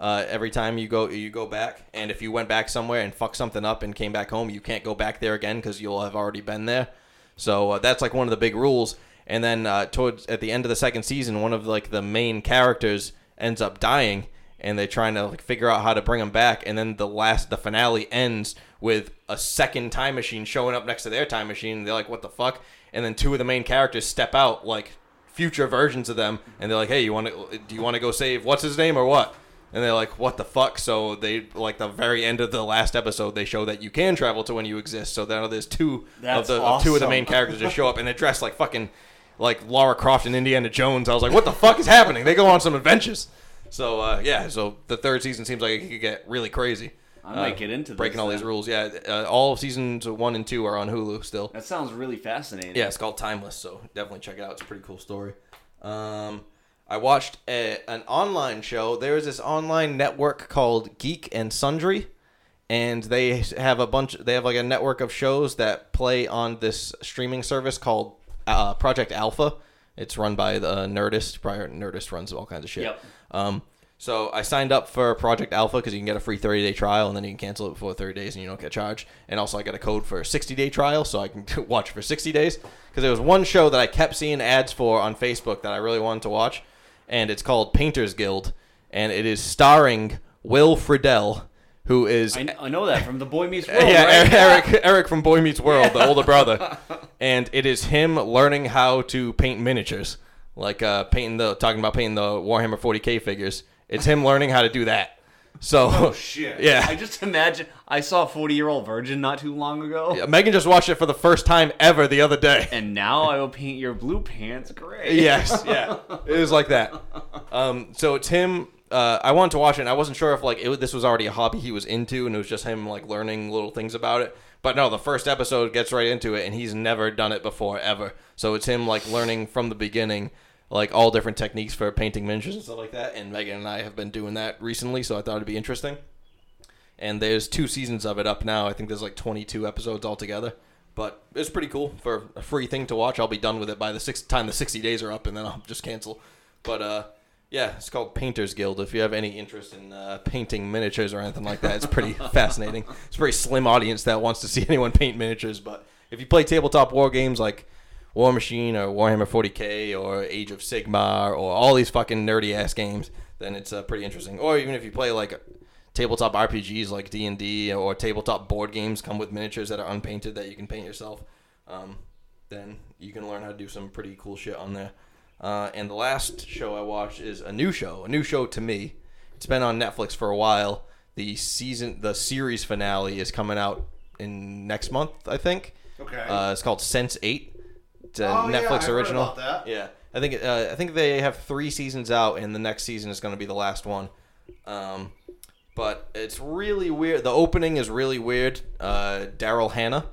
Speaker 1: Uh, every time you go, you go back, and if you went back somewhere and fucked something up and came back home, you can't go back there again because you'll have already been there. So uh, that's like one of the big rules. And then uh, towards at the end of the second season, one of like the main characters ends up dying, and they're trying to like figure out how to bring him back. And then the last, the finale ends with a second time machine showing up next to their time machine. And they're like, "What the fuck?" And then two of the main characters step out like future versions of them, and they're like, "Hey, you want to? Do you want to go save what's his name or what?" And they're like, "What the fuck?" So they like the very end of the last episode, they show that you can travel to when you exist. So now there's two
Speaker 3: That's
Speaker 1: of the of two of the
Speaker 3: awesome.
Speaker 1: main characters just show up and they're dressed like fucking like Laura Croft and Indiana Jones. I was like, what the fuck is happening? They go on some adventures. So uh, yeah, so the third season seems like it could get really crazy.
Speaker 3: I might
Speaker 1: Uh,
Speaker 3: get into this
Speaker 1: breaking all these
Speaker 3: then.
Speaker 1: rules. Yeah, uh, all of seasons one and two are on Hulu still.
Speaker 3: that sounds really fascinating.
Speaker 1: Yeah, it's called Timeless, so definitely check it out. It's a pretty cool story. Um, I watched a, an online show. There is this online network called Geek and Sundry, and they have a bunch. They have like a network of shows that play on this streaming service called uh, Project Alpha. It's run by the Nerdist. Prior Nerdist runs all kinds of shit.
Speaker 3: Yep.
Speaker 1: Um, So I signed up for Project Alpha because you can get a free 30 day trial and then you can cancel it before 30 days and you don't get charged. And also I got a code for a 60 day trial so I can watch it for 60 days because there was one show that I kept seeing ads for on Facebook that I really wanted to watch, and it's called Painters Guild, and it is starring Will Friedle, who is
Speaker 3: I, I know that from the Boy Meets World.
Speaker 1: yeah,
Speaker 3: Oh, right?
Speaker 1: Eric Eric from Boy Meets World, the older brother, and it is him learning how to paint miniatures, like uh, painting the talking about painting the Warhammer 40k figures. It's him learning how to do that. So
Speaker 2: Oh, shit.
Speaker 3: I
Speaker 1: yeah.
Speaker 3: just imagine. I saw Forty Year Old Virgin not too long ago,
Speaker 1: Megan just watched it for the first time ever the other day.
Speaker 3: and now I will paint your blue pants gray.
Speaker 1: yes, yeah, it was like that. Um, so it's him. Uh, I wanted to watch it. and I wasn't sure if like it, this was already a hobby he was into, and it was just him like learning little things about it. But no, the first episode gets right into it, and he's never done it before ever. So it's him like learning from the beginning, like all different techniques for painting miniatures and stuff like that. And Megan and I have been doing that recently, so I thought it'd be interesting and there's two seasons of it up now. I think there's like 22 episodes altogether, but it's pretty cool for a free thing to watch. I'll be done with it by the sixth time the 60 days are up, and then I'll just cancel. But uh, yeah, it's called Painters Guild. If you have any interest in uh, painting miniatures or anything like that, it's pretty fascinating. It's a very slim audience that wants to see anyone paint miniatures, but if you play tabletop war games like War Machine or Warhammer 40k or Age of Sigmar or all these fucking nerdy ass games, then it's uh, pretty interesting. Or even if you play like tabletop RPGs like D and D or tabletop board games come with miniatures that are unpainted that you can paint yourself, um, then you can learn how to do some pretty cool shit on there. Uh, and the last show I watched is a new show, a new show to me. It's been on Netflix for a while. The season, the series finale is coming out in next month, I think.
Speaker 2: Okay.
Speaker 1: Uh, it's called Sense Eight. It's a
Speaker 2: Oh, yeah, I
Speaker 1: Netflix
Speaker 2: heard
Speaker 1: original.
Speaker 2: about that.
Speaker 1: Yeah, I think uh, I think they have three seasons out, and the next season is going to be the last one. Um, but it's really weird. The opening is really weird. Uh, Daryl Hannah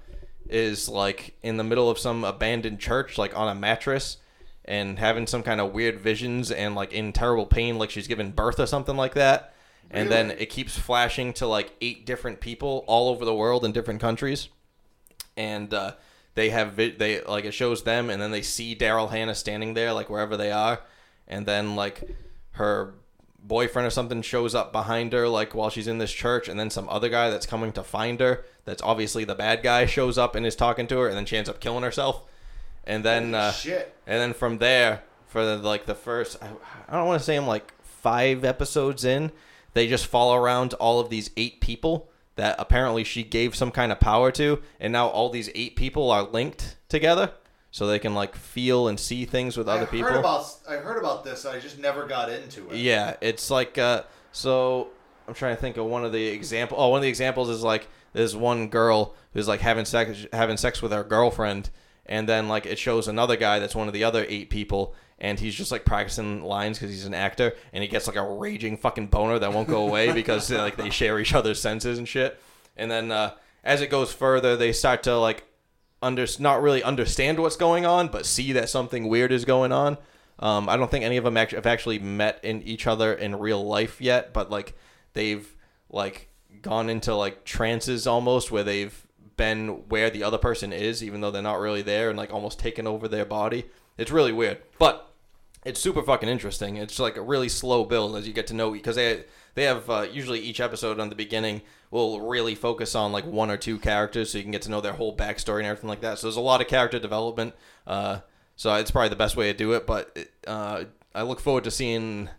Speaker 1: is like in the middle of some abandoned church, like on a mattress, and having some kind of weird visions, and like in terrible pain, like she's giving birth or something like that. And then it keeps flashing to like eight different people all over the world in different countries and uh, they have vi- they like it shows them and then they see daryl hannah standing there like wherever they are and then like her boyfriend or something shows up behind her like while she's in this church and then some other guy that's coming to find her that's obviously the bad guy shows up and is talking to her and then she ends up killing herself and then uh,
Speaker 2: Shit.
Speaker 1: and then from there, for the, like the first, I, I don't want to say I'm like five episodes in, they just follow around all of these eight people that apparently she gave some kind of power to, and now all these eight people are linked together, so they can like feel and see things with
Speaker 2: I
Speaker 1: other
Speaker 2: heard
Speaker 1: people.
Speaker 2: about I heard about this. I just never got into it.
Speaker 1: Yeah, it's like uh, so. I'm trying to think of one of the example. Oh, one of the examples is like there's one girl who's like having sex having sex with her girlfriend, and then like it shows another guy that's one of the other eight people, and he's just like practicing lines because he's an actor, and he gets like a raging fucking boner that won't go away because like they share each other's senses and shit. And then uh, as it goes further, they start to like under not really understand what's going on, but see that something weird is going on. Um, I don't think any of them actually have actually met in each other in real life yet, but like they've like gone into like trances almost where they've been where the other person is, even though they're not really there, and like almost taken over their body. It's really weird, but it's super fucking interesting. It's like a really slow build as you get to know because they they have uh, usually each episode on the beginning will really focus on like one or two characters so you can get to know their whole backstory and everything like that. So there's a lot of character development. Uh, so it's probably the best way to do it. But it, uh, I look forward to seeing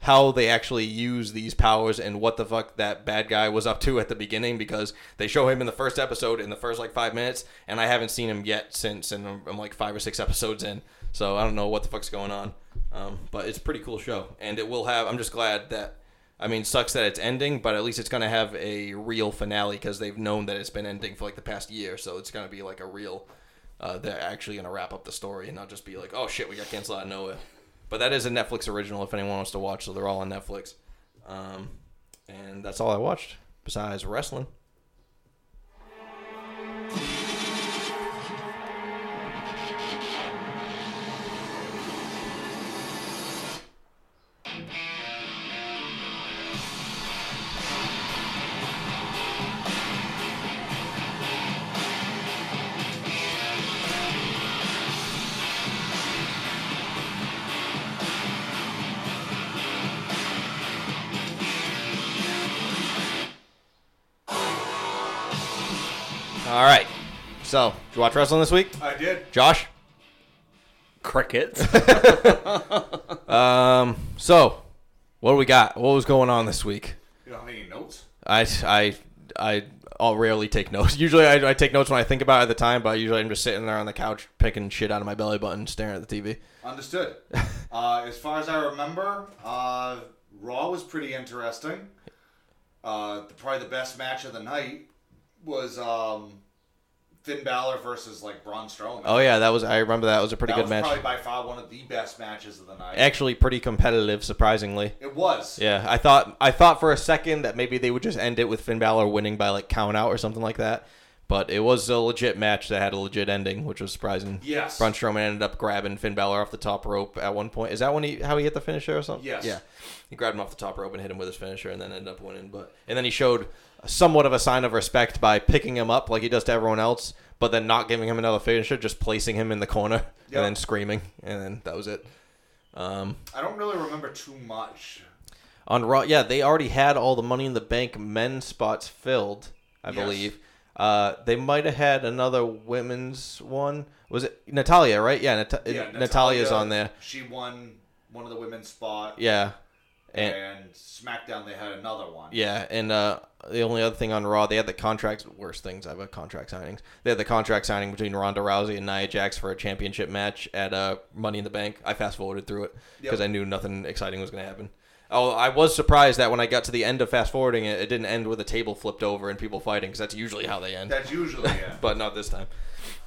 Speaker 1: how they actually use these powers and what the fuck that bad guy was up to at the beginning because they show him in the first episode in the first like five minutes and I haven't seen him yet since and I'm, I'm like five or six episodes in so I don't know what the fuck's going on um, but it's a pretty cool show and it will have I'm just glad that I mean sucks that it's ending but at least it's gonna have a real finale because they've known that it's been ending for like the past year so it's gonna be like a real uh, they're actually gonna wrap up the story and not just be like oh shit we got canceled out of nowhere but that is a Netflix original if anyone wants to watch, so they're all on Netflix. Um, and that's all I watched besides wrestling. All right. So, did you watch wrestling this week,
Speaker 2: I did.
Speaker 1: Josh?
Speaker 3: Crickets.
Speaker 1: Um. So, what do we got? What was going on this week?
Speaker 2: You don't have any notes?
Speaker 1: I I I I'll rarely take notes. Usually, I, I take notes when I think about it at the time, but usually I'm just sitting there on the couch picking shit out of my belly button, staring at the TV.
Speaker 2: Understood. uh, as far as I remember, uh, Raw was pretty interesting. Uh, the, probably the best match of the night was um, Finn Balor versus like Braun Strowman.
Speaker 1: Oh yeah, that was I remember that was a pretty
Speaker 2: that
Speaker 1: good
Speaker 2: was
Speaker 1: match.
Speaker 2: probably by far one of the best matches of the night.
Speaker 1: Actually, pretty competitive, surprisingly.
Speaker 2: it was.
Speaker 1: Yeah, I thought I thought for a second that maybe they would just end it with Finn Balor winning by like count out or something like that. But it was a legit match that had a legit ending, which was surprising.
Speaker 2: Yes.
Speaker 1: Braun Strowman ended up grabbing Finn Balor off the top rope at one point. Is that when he how he hit the finisher or something?
Speaker 2: Yes.
Speaker 1: Yeah. He grabbed him off the top rope and hit him with his finisher, and then ended up winning. But and then he showed somewhat of a sign of respect by picking him up like he does to everyone else, but then not giving him another finisher, just placing him in the corner
Speaker 2: Yep.
Speaker 1: and then screaming, and then that was it. Um,
Speaker 2: I don't really remember too much.
Speaker 1: on Raw, yeah, they already had all the Money in the Bank men spots filled, I
Speaker 2: Yes.
Speaker 1: believe. Uh, they might have had another women's one. Was it Natalia? Right? Yeah, Nat- Natalia's on there.
Speaker 2: She won one of the women's spot,
Speaker 1: Yeah, and
Speaker 2: and SmackDown they had another one.
Speaker 1: yeah, and uh, the only other thing on Raw, they had the contracts. Worst things I've had contract signings. They had the contract signing between Ronda Rousey and Nia Jax for a championship match at uh, Money in the Bank. I fast forwarded through it because
Speaker 2: Yep.
Speaker 1: I knew nothing exciting was going to happen. Oh, I was surprised that when I got to the end of fast forwarding it, it didn't end with a table flipped over and people fighting because that's usually how they end.
Speaker 2: That's usually it.
Speaker 1: but not this time.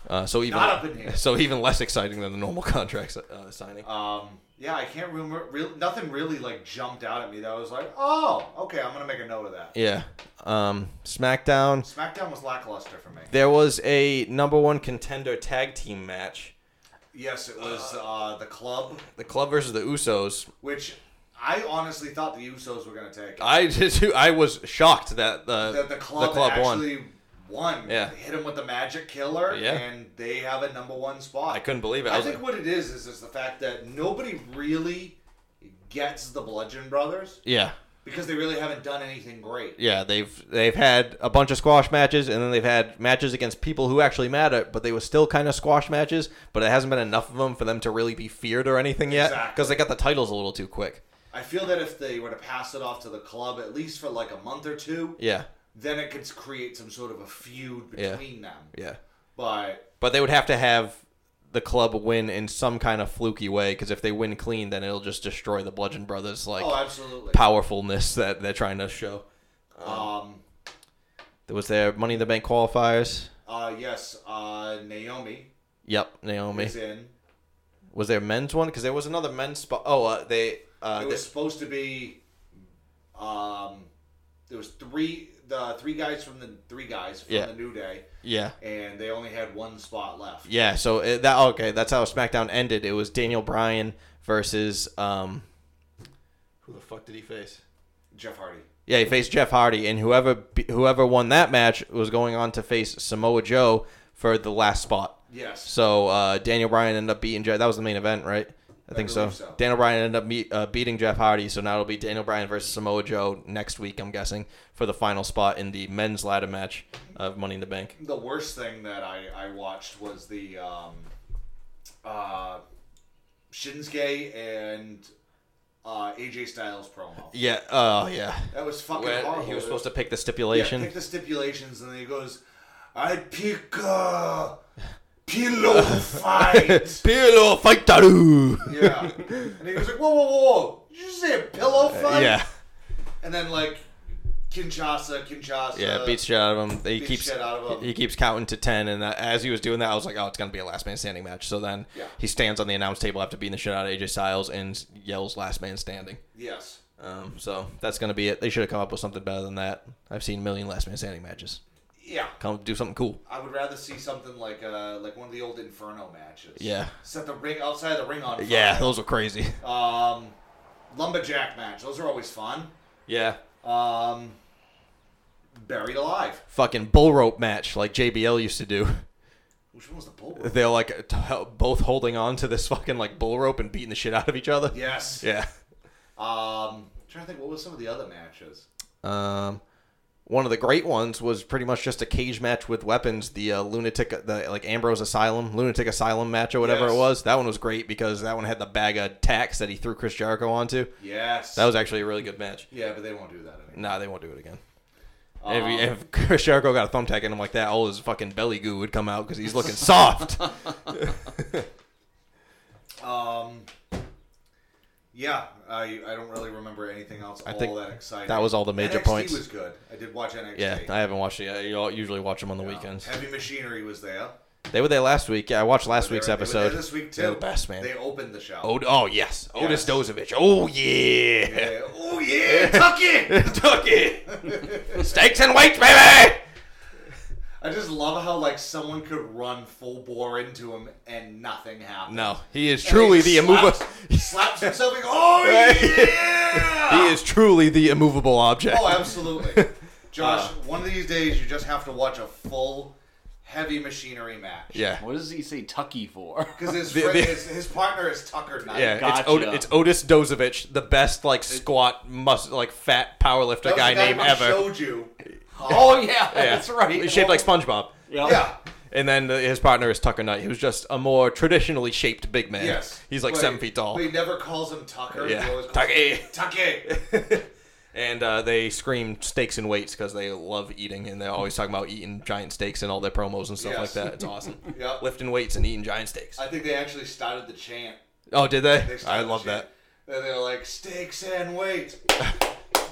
Speaker 1: Uh, so even
Speaker 2: Not up in here.
Speaker 1: so even less exciting than the normal contract si- uh, signing.
Speaker 2: Um, yeah, I can't remember. Real, nothing really like jumped out at me that I was like, oh, okay, I'm gonna make a note of that.
Speaker 1: Yeah. Um, SmackDown.
Speaker 2: SmackDown was lackluster for me.
Speaker 1: There was a number one contender tag team match.
Speaker 2: Yes, it was uh, the club,
Speaker 1: The club versus the Usos.
Speaker 2: which I honestly thought the Usos were gonna take. it.
Speaker 1: I just, I was shocked that the
Speaker 2: the, the club,
Speaker 1: won.
Speaker 2: actually won.
Speaker 1: Yeah.
Speaker 2: They hit him with the magic killer,
Speaker 1: Yeah.
Speaker 2: and they have a number one spot.
Speaker 1: I couldn't believe it. I,
Speaker 2: I
Speaker 1: was
Speaker 2: think
Speaker 1: like,
Speaker 2: what it is is is the fact that nobody really gets the Bludgeon Brothers
Speaker 1: yeah,
Speaker 2: because they really haven't done anything great.
Speaker 1: yeah. They've they've had a bunch of squash matches, and then they've had matches against people who actually matter, but they were still kind of squash matches. But it hasn't been enough of them for them to really be feared or anything yet,
Speaker 2: Exactly.
Speaker 1: because they got the titles a little too quick.
Speaker 2: I feel that if they were to pass it off to the club at least for like a month or two,
Speaker 1: Yeah,
Speaker 2: then it could create some sort of a feud
Speaker 1: Yeah.
Speaker 2: between them.
Speaker 1: yeah.
Speaker 2: But
Speaker 1: But they would have to have the club win in some kind of fluky way, because if they win clean, then it'll just destroy the Bludgeon Brothers like
Speaker 2: oh, absolutely.
Speaker 1: powerfulness that they're trying to show.
Speaker 2: Um,
Speaker 1: There was their Money in the Bank qualifiers.
Speaker 2: uh, yes, uh, Naomi
Speaker 1: Yep, Naomi.
Speaker 2: is in.
Speaker 1: Was there men's one? Because there was another men's spot. Oh, uh, they. Uh, they-
Speaker 2: It was supposed to be. Um, there was three the three guys from the three guys from
Speaker 1: Yeah.
Speaker 2: the New Day,
Speaker 1: yeah,
Speaker 2: and they only had one spot left.
Speaker 1: yeah. So it, that okay. That's how SmackDown ended. It was Daniel Bryan versus um. Who the fuck did he face?
Speaker 2: Jeff Hardy.
Speaker 1: Yeah, he faced Jeff Hardy, and whoever be- whoever won that match was going on to face Samoa Joe for the last spot.
Speaker 2: Yes.
Speaker 1: So uh, Daniel Bryan ended up beating Jeff. That was the main event, right? I think so.
Speaker 2: believe so.
Speaker 1: Daniel Bryan ended up meet, uh, beating Jeff Hardy, so now it'll be Daniel Bryan versus Samoa Joe next week, I'm guessing, for the final spot in the men's ladder match of Money in the Bank.
Speaker 2: The worst thing that I, I watched was the um, uh, Shinsuke and uh, AJ Styles promo.
Speaker 1: Yeah. Oh, yeah.
Speaker 2: That was fucking
Speaker 1: Where
Speaker 2: horrible.
Speaker 1: he was supposed to pick the
Speaker 2: yeah,
Speaker 1: stipulation.
Speaker 2: pick the stipulations, and then he goes, "I pick uh, pillow fight."
Speaker 1: Pillow fighter.
Speaker 2: yeah, and he was like, "Whoa, whoa, whoa, whoa! Did you just say a pillow fight?"
Speaker 1: Uh, Yeah.
Speaker 2: and then like Kinshasa, Kinshasa.
Speaker 1: Yeah, beats shit out of him. He
Speaker 2: beats
Speaker 1: keeps
Speaker 2: shit out of him.
Speaker 1: he keeps counting to ten, and uh, as he was doing that, I was like, "Oh, it's gonna be a last man standing match." So then
Speaker 2: Yeah.
Speaker 1: he stands on the announce table after beating the shit out of AJ Styles and yells "Last man standing."
Speaker 2: Yes.
Speaker 1: Um, so that's gonna be it. They should have come up with something better than that. I've seen a million last man standing matches.
Speaker 2: Yeah.
Speaker 1: Come do something cool.
Speaker 2: I would rather see something like uh like one of the old Inferno matches.
Speaker 1: Yeah.
Speaker 2: Set the ring outside the ring on fire.
Speaker 1: Yeah, those were crazy.
Speaker 2: Um, lumberjack match. Those are always fun.
Speaker 1: Yeah,
Speaker 2: Um, buried alive.
Speaker 1: fucking bull rope match like JBL used to do.
Speaker 2: Which one was the bull? rope?
Speaker 1: They're like t- both holding on to this fucking like bull rope and beating the shit out of each other.
Speaker 2: Yes.
Speaker 1: Yeah.
Speaker 2: Um, trying to think, what was some of the other matches?
Speaker 1: Um, one of the great ones was pretty much just a cage match with weapons, the uh, lunatic, the like Ambrose Asylum, lunatic asylum match or whatever
Speaker 2: Yes.
Speaker 1: it was. That one was great because that one had the bag of tacks that he threw Chris Jericho onto.
Speaker 2: Yes.
Speaker 1: That was actually a really good match.
Speaker 2: Yeah, but they won't do that anymore.
Speaker 1: Nah, they won't do it again. If, he-
Speaker 2: Um,
Speaker 1: if Chris Jericho got a thumbtack in him like that, all his fucking belly goo would come out because he's looking soft.
Speaker 2: Um. Yeah, I, I don't really remember anything else all
Speaker 1: think
Speaker 2: that exciting.
Speaker 1: that was all the major
Speaker 2: NXT
Speaker 1: points.
Speaker 2: was good. I did watch NXT.
Speaker 1: yeah, I haven't watched it yet. You all usually watch them on the weekends.
Speaker 2: Um, Heavy Machinery was there.
Speaker 1: They were there last week. Yeah, I watched last
Speaker 2: They were-
Speaker 1: week's
Speaker 2: they were there
Speaker 1: episode.
Speaker 2: This week too.
Speaker 1: They're the best, man.
Speaker 2: They opened the show.
Speaker 1: Od- oh, yes. Otis
Speaker 2: Yes.
Speaker 1: Dozovich. Oh, yeah.
Speaker 2: Yeah. Oh yeah, tuck it.
Speaker 1: Took it. Steaks and weights, baby.
Speaker 2: I just love how like someone could run full bore into him and nothing happened.
Speaker 1: No, he is truly the immovable.
Speaker 2: He slaps himself. And, oh yeah.
Speaker 1: He is truly the immovable object.
Speaker 2: Oh, absolutely.
Speaker 1: Uh.
Speaker 2: Josh, one of these days you just have to watch a full heavy machinery match.
Speaker 1: yeah.
Speaker 3: What does he say Tucky for?
Speaker 2: Because his,
Speaker 1: The-
Speaker 2: friend-
Speaker 1: the-
Speaker 2: his his partner is Tucker Knight.
Speaker 1: Yeah, it's,
Speaker 3: Gotcha.
Speaker 1: Od- it's Otis Dozovich, the best like squat mus like fat powerlifter
Speaker 2: That was
Speaker 1: guy,
Speaker 2: the guy
Speaker 1: named
Speaker 2: who I
Speaker 1: ever.
Speaker 2: Showed you.
Speaker 3: oh yeah,
Speaker 1: Yeah.
Speaker 3: that's right.
Speaker 1: He's shaped like SpongeBob.
Speaker 3: Yeah.
Speaker 2: Yeah.
Speaker 1: And then uh, his partner is Tucker Knight, who's just a more traditionally shaped big man.
Speaker 2: Yes.
Speaker 1: He's like
Speaker 2: But-
Speaker 1: seven feet tall.
Speaker 2: But he never calls him Tucker.
Speaker 1: Yeah.
Speaker 2: He always calls
Speaker 1: Tucky.
Speaker 2: him Tucky.
Speaker 1: And uh, they scream steaks and weights because they love eating, and they're always talking about eating giant steaks in all their promos and stuff
Speaker 2: Yes.
Speaker 1: like that. It's awesome.
Speaker 2: Yep.
Speaker 1: Lifting weights and eating giant steaks.
Speaker 2: I think they actually started the chant.
Speaker 1: oh, did they?
Speaker 2: They
Speaker 1: I
Speaker 2: started
Speaker 1: love
Speaker 2: the chant.
Speaker 1: that.
Speaker 2: And they're like steaks and weights.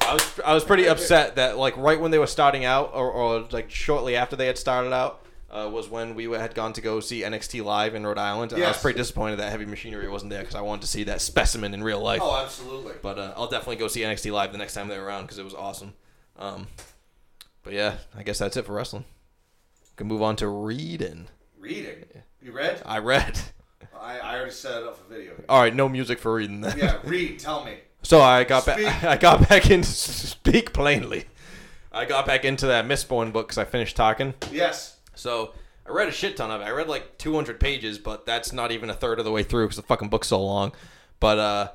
Speaker 1: I was I was pretty upset that like right when they were starting out, or, or like shortly after they had started out. Uh, was when we had gone to go see NXT live in Rhode Island, and I was
Speaker 2: Yes.
Speaker 1: pretty disappointed that Heavy Machinery wasn't there because I wanted to see that specimen in real life.
Speaker 2: Oh, absolutely.
Speaker 1: But uh, I'll definitely go see NXT live the next time they're around because it was awesome. Um, but yeah, I guess that's it for wrestling. We can move on to reading.
Speaker 2: Reading. You read?
Speaker 1: I read.
Speaker 2: I, I already set it up for video.
Speaker 1: All right, no music for reading then.
Speaker 2: Yeah, read. Tell me.
Speaker 1: So I got back.
Speaker 2: Speak.
Speaker 1: I got back in. Speak plainly. I got back into that Mistborn book because I finished talking.
Speaker 2: Yes.
Speaker 1: So I read a shit ton of it. I read like 200 pages, but that's not even a third of the way through because the fucking book's so long. But uh,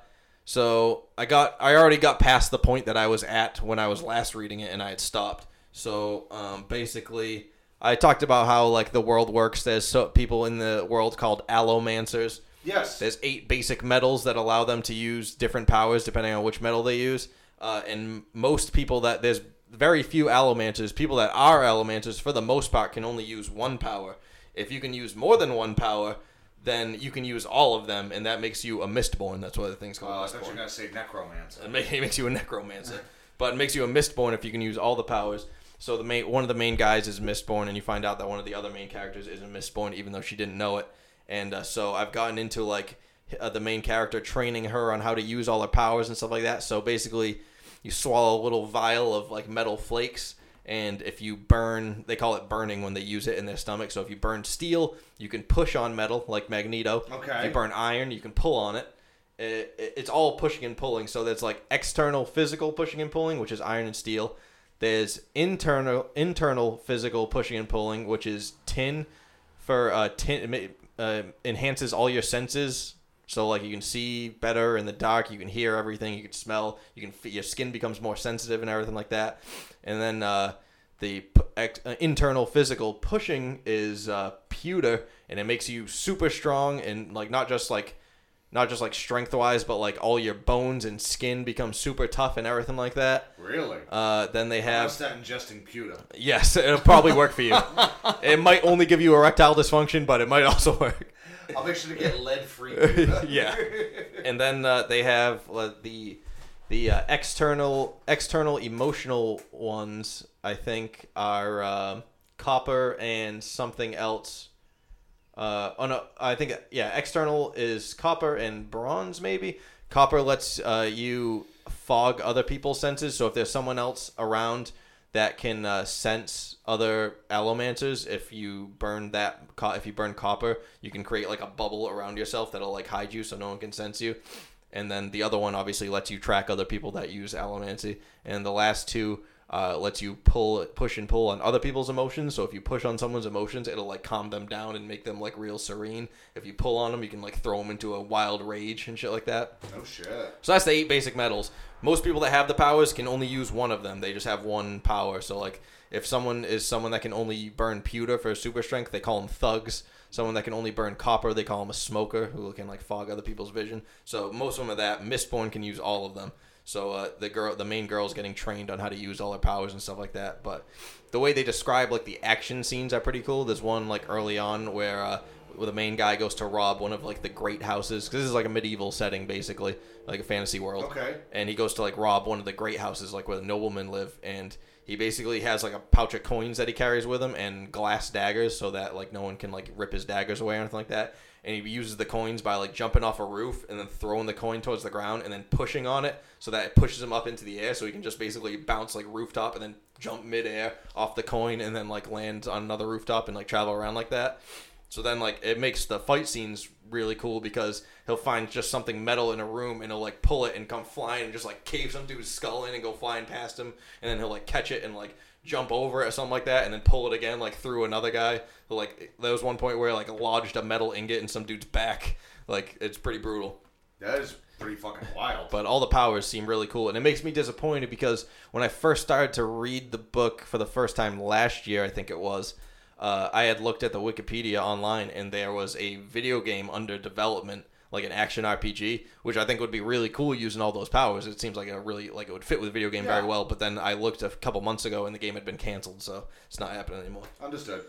Speaker 1: so I got I already got past the point that I was at when I was last reading it, and I had stopped. So um, basically, I talked about how like the world works. There's so people in the world called allomancers.
Speaker 2: Yes.
Speaker 1: There's eight basic metals that allow them to use different powers depending on which metal they use. Uh, and most people that there's very few allomancers. People that are allomancers, for the most part, can only use one power. If you can use more than one power, then you can use all of them, and that makes you a mistborn. That's why the thing's
Speaker 2: Oh, I
Speaker 1: called.
Speaker 2: thought you were
Speaker 1: mistborn.
Speaker 2: going to say necromancer.
Speaker 1: It ma- it makes you a necromancer, but it makes you a mistborn if you can use all the powers. So the main one of the main guys is mistborn, and you find out that one of the other main characters is a mistborn, even though she didn't know it. And uh, so I've gotten into like h- uh, the main character training her on how to use all her powers and stuff like that. So basically, you swallow a little vial of like metal flakes. And if you burn, they call it burning when they use it in their stomach. So if you burn steel, you can push on metal like Magneto. If
Speaker 2: Okay.
Speaker 1: you burn iron, you can pull on it it, it- it's all pushing and pulling. So there's like external physical pushing and pulling, which is iron and steel. There's internal internal physical pushing and pulling, which is tin for uh, tin it ma- uh, enhances all your senses. So like you can see better in the dark, you can hear everything, you can smell, you can fe- your skin becomes more sensitive and everything like that. And then uh, the p- ex- uh, internal physical pushing is uh, pewter, and it makes you super strong and like not just like not just like strength wise, but like all your bones and skin become super tough and everything like that.
Speaker 2: Really?
Speaker 1: Uh, then they
Speaker 2: I
Speaker 1: have
Speaker 2: was that ingesting pewter.
Speaker 1: yes, it'll probably work for you. it might only give you erectile dysfunction, but it might also work.
Speaker 2: I'll make sure to get lead free. pewter.
Speaker 1: yeah, and then uh, they have uh, the the uh, external external emotional ones. I think are uh, copper and something else. Uh, oh no, I think yeah. External is copper and bronze, maybe. Copper lets uh, you fog other people's senses. So if there's someone else around that can uh, sense other allomancers, if you burn that, co- if you burn copper, you can create like a bubble around yourself that'll like hide you, so no one can sense you. And then the other one obviously lets you track other people that use allomancy. And the last two uh, lets you pull, push and pull on other people's emotions. So if you push on someone's emotions, it'll like calm them down and make them like real serene. If you pull on them, you can like throw them into a wild rage and shit like that.
Speaker 2: Oh shit.
Speaker 1: So that's the eight basic metals. Most people that have the powers can only use one of them. They just have one power. So like if someone is someone that can only burn pewter for super strength, they call them thugs. Someone that can only burn copper, they call him a smoker who can like fog other people's vision. So most of them are that. Mistborn can use all of them. So uh, the girl, the main girl, is getting trained on how to use all her powers and stuff like that. But the way they describe like the action scenes are pretty cool. There's one like early on where uh, where the main guy goes to rob one of like the great houses because this is like a medieval setting basically, like a fantasy world.
Speaker 2: Okay.
Speaker 1: And he goes to like rob one of the great houses, like where the noblemen live, and he basically has like a pouch of coins that he carries with him and glass daggers so that like no one can like rip his daggers away or anything like that. And he uses the coins by like jumping off a roof and then throwing the coin towards the ground and then pushing on it so that it pushes him up into the air so he can just basically bounce like rooftop and then jump midair off the coin and then like land on another rooftop and like travel around like that. So then, like, it makes the fight scenes really cool because he'll find just something metal in a room and he'll like pull it and come flying and just like cave some dude's skull in and go flying past him, and then he'll like catch it and like jump over it or something like that, and then pull it again like through another guy. So, like there was one point where like lodged a metal ingot in some dude's back. Like it's pretty brutal
Speaker 2: That is pretty fucking wild.
Speaker 1: but all the powers seem really cool and it makes me disappointed because when i first started to read the book for the first time last year i think it was uh, i had looked at the wikipedia online and there was a video game under development like an action rpg which i think would be really cool using all those powers it seems like a really like it would fit with a video game very
Speaker 2: Yeah.
Speaker 1: well but then i looked a couple months ago and the game had been canceled so it's not happening anymore
Speaker 2: Understood.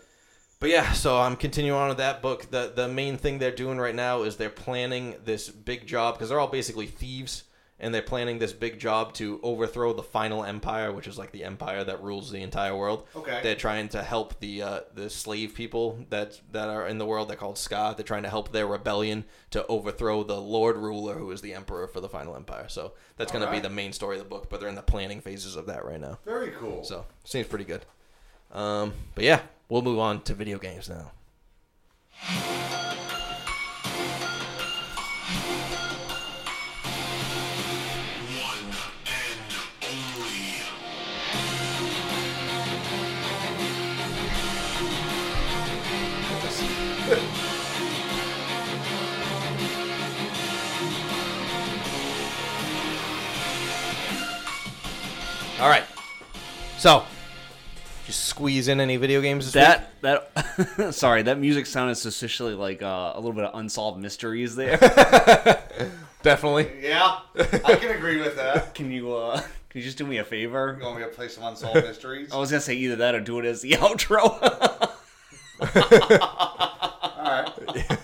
Speaker 1: but yeah, so I'm continuing on with that book. The the main thing they're doing right now is they're planning this big job because they're all basically thieves and they're planning this big job to overthrow the final empire, which is like the empire that rules the entire world.
Speaker 2: Okay.
Speaker 1: They're trying to help the uh, the slave people that that are in the world. They're called Ska. They're trying to help their rebellion to overthrow the Lord Ruler, who is the emperor for the final empire. So that's going to be
Speaker 2: Alright.
Speaker 1: the main story of the book, but they're in the planning phases of that right now.
Speaker 2: Very cool.
Speaker 1: So seems pretty good. Um, but yeah, we'll move on to video games now. All right. So, did you squeeze in any video games this
Speaker 3: That that sorry, that music sounded suspiciously like uh, a little bit of unsolved mysteries there.
Speaker 1: week? Definitely.
Speaker 2: yeah, I can agree with that.
Speaker 3: can you uh, can you just do me a favor?
Speaker 2: You want me to play some unsolved mysteries?
Speaker 1: Oh.
Speaker 3: I was gonna say either that or do it as the outro.
Speaker 2: All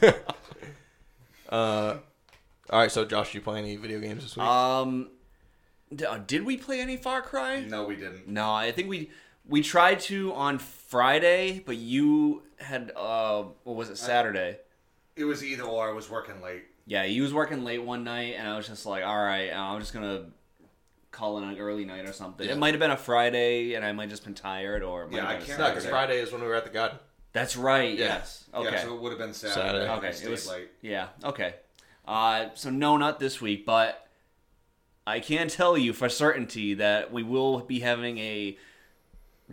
Speaker 2: right.
Speaker 1: All right. So, Josh, you play any video games this week?
Speaker 3: um, d- uh, did we play any Far Cry?
Speaker 2: No, we didn't.
Speaker 3: No, I think we we tried to on Friday, but you had uh, what was it Saturday?
Speaker 2: It was either or. I was working late.
Speaker 3: Yeah, he was working late one night, and I was just like, all right, uh, I'm just gonna call in an early night or something.
Speaker 1: Yeah.
Speaker 3: It might have been a Friday, and I might have just been tired, or it might
Speaker 2: Yeah,
Speaker 3: have
Speaker 2: I
Speaker 3: been a
Speaker 2: can't
Speaker 1: no, because
Speaker 3: Saturday.
Speaker 1: Friday is when we were at the garden.
Speaker 3: That's right.
Speaker 1: Yeah.
Speaker 3: Yes. Okay.
Speaker 2: Yeah, so it would have been Saturday.
Speaker 1: Saturday.
Speaker 2: I
Speaker 3: okay. It
Speaker 2: stayed
Speaker 3: was
Speaker 2: late.
Speaker 3: yeah. Okay. Uh, so no, not this week, but I can tell you for certainty that we will be having a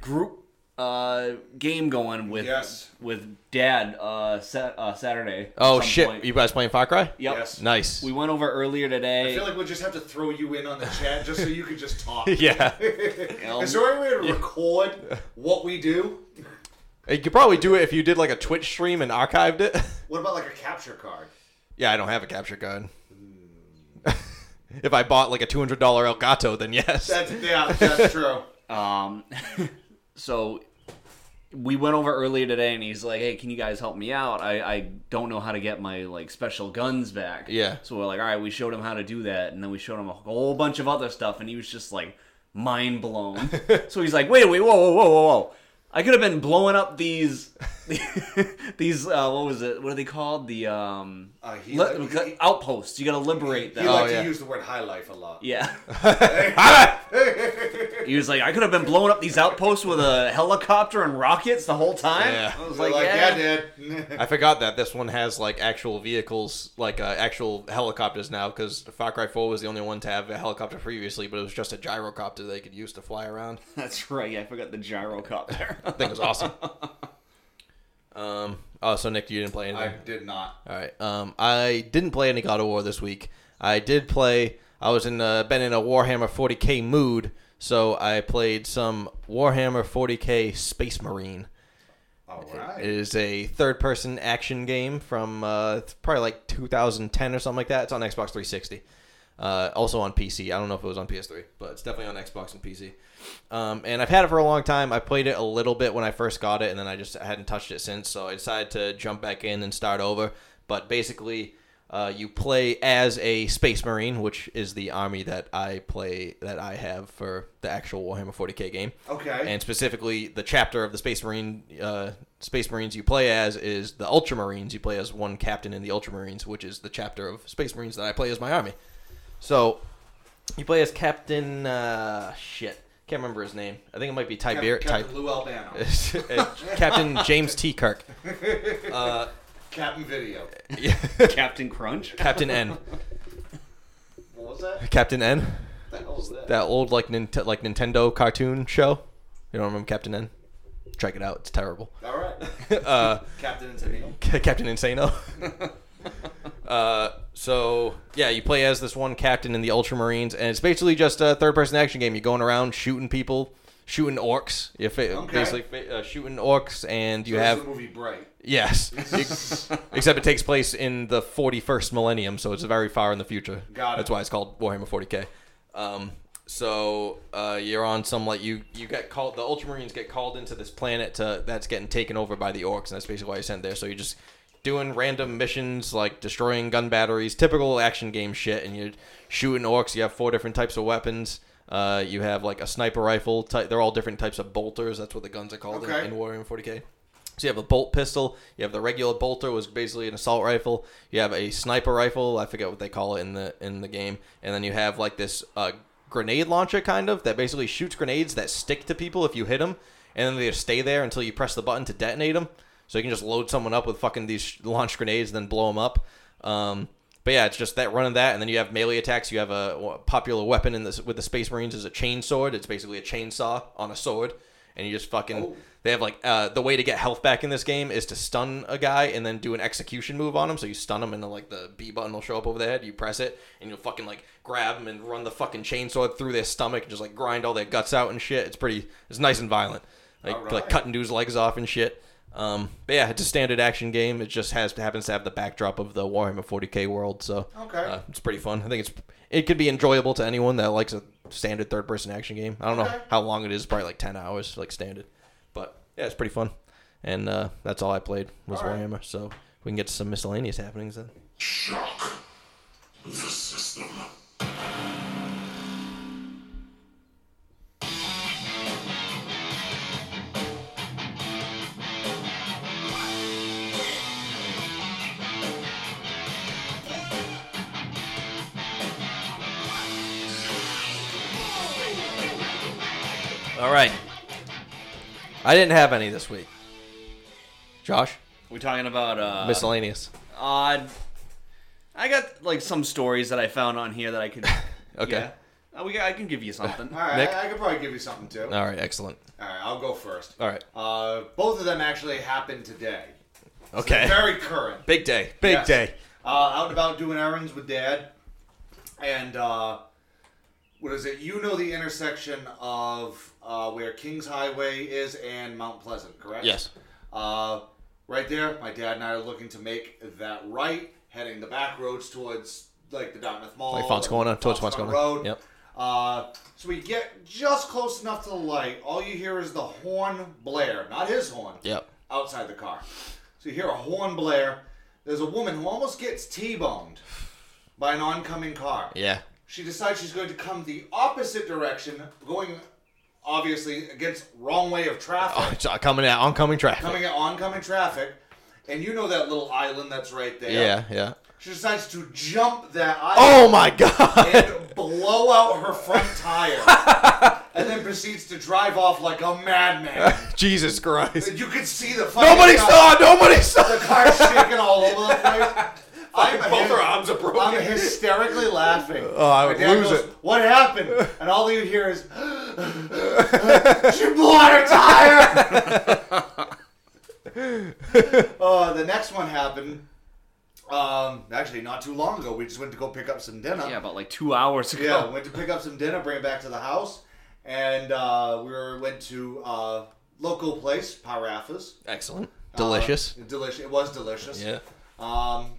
Speaker 3: group uh, game going with
Speaker 2: Yes.
Speaker 3: with Dad uh, sat- uh, Saturday. at
Speaker 1: Oh
Speaker 3: some
Speaker 1: shit!
Speaker 3: point.
Speaker 1: You guys playing Far Cry?
Speaker 3: Yep.
Speaker 2: Yes.
Speaker 1: Nice.
Speaker 3: We went over earlier
Speaker 2: I
Speaker 3: today.
Speaker 2: feel like we'll just have to throw you in on the chat just so you can just talk.
Speaker 1: yeah.
Speaker 2: Is there any way to record what we do?
Speaker 1: you could probably do it if you did like a Twitch stream and archived it.
Speaker 2: What about like a capture card?
Speaker 1: yeah, I don't have a capture card.
Speaker 3: Hmm.
Speaker 1: if I bought like a two hundred dollar Elgato, then yes.
Speaker 2: That's yeah, that's true.
Speaker 3: Um, so we went over earlier today, and he's like, "Hey, can you guys help me out? I, I don't know how to get my like special guns back."
Speaker 1: Yeah.
Speaker 3: So we're like, "All right," we showed him how to do that, and then we showed him a whole bunch of other stuff, and he was just like mind blown. so he's like, "Wait, wait, whoa, whoa, whoa, whoa, whoa." I could have been blowing up these, these uh, what was it? What are they called? The um,
Speaker 2: Uh, he- he-
Speaker 3: outposts. You gotta liberate
Speaker 2: You
Speaker 3: them.
Speaker 1: Oh,
Speaker 2: like
Speaker 1: yeah. Ah!
Speaker 2: to use the word high life a lot.
Speaker 3: yeah.
Speaker 1: All right.
Speaker 3: He was like, I could have been blowing up these outposts with a helicopter and rockets the whole time.
Speaker 1: Yeah.
Speaker 3: I was
Speaker 2: Like,
Speaker 3: like,
Speaker 2: like
Speaker 3: yeah.
Speaker 2: yeah, Dad.
Speaker 1: I forgot that this one has like actual vehicles, like uh, actual helicopters now, because Far Cry 4 was the only one to have a helicopter previously, but it was just a gyrocopter they could use to fly around.
Speaker 3: That's right. I forgot the gyrocopter.
Speaker 1: I think it was awesome. um. Oh, so Nick, you didn't play anything.
Speaker 2: I did not.
Speaker 1: All right. Um, I didn't play any God of War this week. I did play. I was in uh, been in a Warhammer 40k mood, so I played some Warhammer 40k Space Marine.
Speaker 2: All
Speaker 1: It
Speaker 2: right.
Speaker 1: is a third-person action game from uh, it's probably like 2010 or something like that. It's on Xbox 360, uh, also on PC. I don't know if it was on PS3, but it's definitely on Xbox and PC. Um, and I've had it for a long time. I played it a little bit when I first got it, and then I just hadn't touched it since. So I decided to jump back in and start over. But basically, uh, you play as a Space Marine, which is the army that I play that I have for the actual Warhammer 40k game
Speaker 2: Okay.
Speaker 1: and specifically the chapter of the Space Marine uh, Space Marines you play as is the Ultramarines. You play as one captain in the Ultramarines, which is the chapter of Space Marines that I play as my army. So you play as Captain uh, shit. Can't remember his name. I think it might be
Speaker 2: Cap-
Speaker 1: Tiber.
Speaker 2: Captain
Speaker 1: Ti-
Speaker 2: Lou Albano.
Speaker 1: Captain James T. Kirk. Uh,
Speaker 2: Captain Video.
Speaker 1: yeah.
Speaker 3: Captain Crunch.
Speaker 1: Captain N.
Speaker 2: What was that?
Speaker 1: Captain N.
Speaker 2: What the hell was that?
Speaker 1: That old like Nint- like Nintendo cartoon show. You don't remember Captain N? Check it out. It's terrible.
Speaker 2: All right.
Speaker 1: uh,
Speaker 2: Captain and Tennille.
Speaker 1: Captain Insano. uh, so yeah, you play as this one captain in the Ultramarines, and it's basically just a third-person action game. You're going around shooting people, shooting orcs. You're fa-
Speaker 2: Okay.
Speaker 1: basically fa- uh, shooting orcs, and you
Speaker 2: So this is
Speaker 1: have
Speaker 2: the movie Bright.
Speaker 1: yes, You- except it takes place in the 41st millennium, so it's very far in the future.
Speaker 2: Got it.
Speaker 1: That's why it's called Warhammer 40k. Um, so uh, you're on some like you you get called the Ultramarines get called into this planet to that's getting taken over by the orcs, and that's basically why you're sent there. So you're just doing random missions like destroying gun batteries, typical action game shit, and you're shooting orcs. You have four different types of weapons. Uh, you have like a sniper rifle. Type, they're all different types of bolters. That's what the guns are called in-
Speaker 2: Okay.
Speaker 1: in Warhammer 40k. So you have a bolt pistol. You have the regular bolter, was basically an assault rifle. You have a sniper rifle. I forget what they call it in the in the game. And then you have like this uh, grenade launcher kind of that basically shoots grenades that stick to people if you hit them, and then they just stay there until you press the button to detonate them. So you can just load someone up with fucking these sh- launch grenades, and then blow them up. Um, but yeah, it's just that running that, and then you have melee attacks. You have a wa- popular weapon in this with the Space Marines is a chain sword. It's basically a chainsaw on a sword, and you just fucking.
Speaker 2: Oh.
Speaker 1: They have like uh, the way to get health back in this game is to stun a guy and then do an execution move on him. So you stun him and then like the B button will show up over their head. You press it and you'll fucking like grab them and run the fucking chainsaw through their stomach and just like grind all their guts out and shit. It's pretty. It's nice and violent. Like
Speaker 2: Alright.
Speaker 1: like cutting dudes' legs off and shit. Um, but yeah, it's a standard action game. It just has happens to have the backdrop of the Warhammer 40k world. So
Speaker 2: Okay.
Speaker 1: uh, it's pretty fun. I think it's it could be enjoyable to anyone that likes a standard third person action game. I don't
Speaker 2: Okay.
Speaker 1: know how long it is, probably like ten hours, like standard. But yeah, it's pretty fun. And uh, that's all I played was
Speaker 2: All right.
Speaker 1: Warhammer. So we can get to some miscellaneous happenings then.
Speaker 4: Shock the system.
Speaker 1: All right. I didn't have any this week. Josh,
Speaker 3: We're talking about uh,
Speaker 1: miscellaneous.
Speaker 3: odd. I got like some stories that I found on here that I could.
Speaker 1: Okay.
Speaker 3: Yeah. Uh, we got, I can give you something.
Speaker 2: All right,
Speaker 1: Nick?
Speaker 2: I, I could probably give you something too. All
Speaker 1: All right, excellent.
Speaker 2: right, I'll go first.
Speaker 1: All right.
Speaker 2: Uh, both of them actually happened today. So
Speaker 1: Okay.
Speaker 2: they're very current.
Speaker 1: Big day. Big
Speaker 2: Yes.
Speaker 1: day.
Speaker 2: Uh, out and about doing errands with dad, and uh, what is it? You know the intersection of uh, where Kings Highway is and Mount Pleasant, correct?
Speaker 1: Yes.
Speaker 2: Uh, right there, my dad and I are looking to make that right, heading the back roads towards like the Dartmouth Mall,
Speaker 1: Like Fonts Corner, towards Fonts Corner.
Speaker 2: Road.
Speaker 1: Yep.
Speaker 2: Uh, so we get just close enough to the light. All you hear is the horn blare, not his horn.
Speaker 1: Yep.
Speaker 2: Outside the car. So you hear a horn blare. There's a woman who almost gets T-boned by an oncoming car.
Speaker 1: Yeah.
Speaker 2: She decides she's going to come the opposite direction, going obviously against wrong way of traffic
Speaker 1: Oh, it's uh, coming out oncoming traffic.
Speaker 2: coming at oncoming traffic, and you know that little island that's right there.
Speaker 1: yeah, yeah.
Speaker 2: She decides to jump that island
Speaker 1: Oh my god.
Speaker 2: and blow out her front tire and then proceeds to drive off like a madman.
Speaker 1: Jesus Christ.
Speaker 2: you can see the fucking
Speaker 1: Nobody
Speaker 2: car-
Speaker 1: saw. Nobody saw.
Speaker 2: The car's shaking all over the place. I'm
Speaker 1: Both her arms are
Speaker 2: I'm
Speaker 1: broken.
Speaker 2: hysterically laughing.
Speaker 1: Oh, I
Speaker 2: My
Speaker 1: would
Speaker 2: dad
Speaker 1: lose
Speaker 2: goes,
Speaker 1: it.
Speaker 2: What happened? And all you hear is, she blew out her tire. uh, the next one happened. Um, actually, not too long ago. We just went to go pick up some dinner.
Speaker 3: Yeah, about like two hours ago.
Speaker 2: Yeah, went to pick up some dinner, bring it back to the house, and uh, we were, went to uh, local place, Parafas.
Speaker 1: Excellent.
Speaker 2: Uh,
Speaker 1: Delicious.
Speaker 2: delicious. It was delicious.
Speaker 1: yeah.
Speaker 2: Um,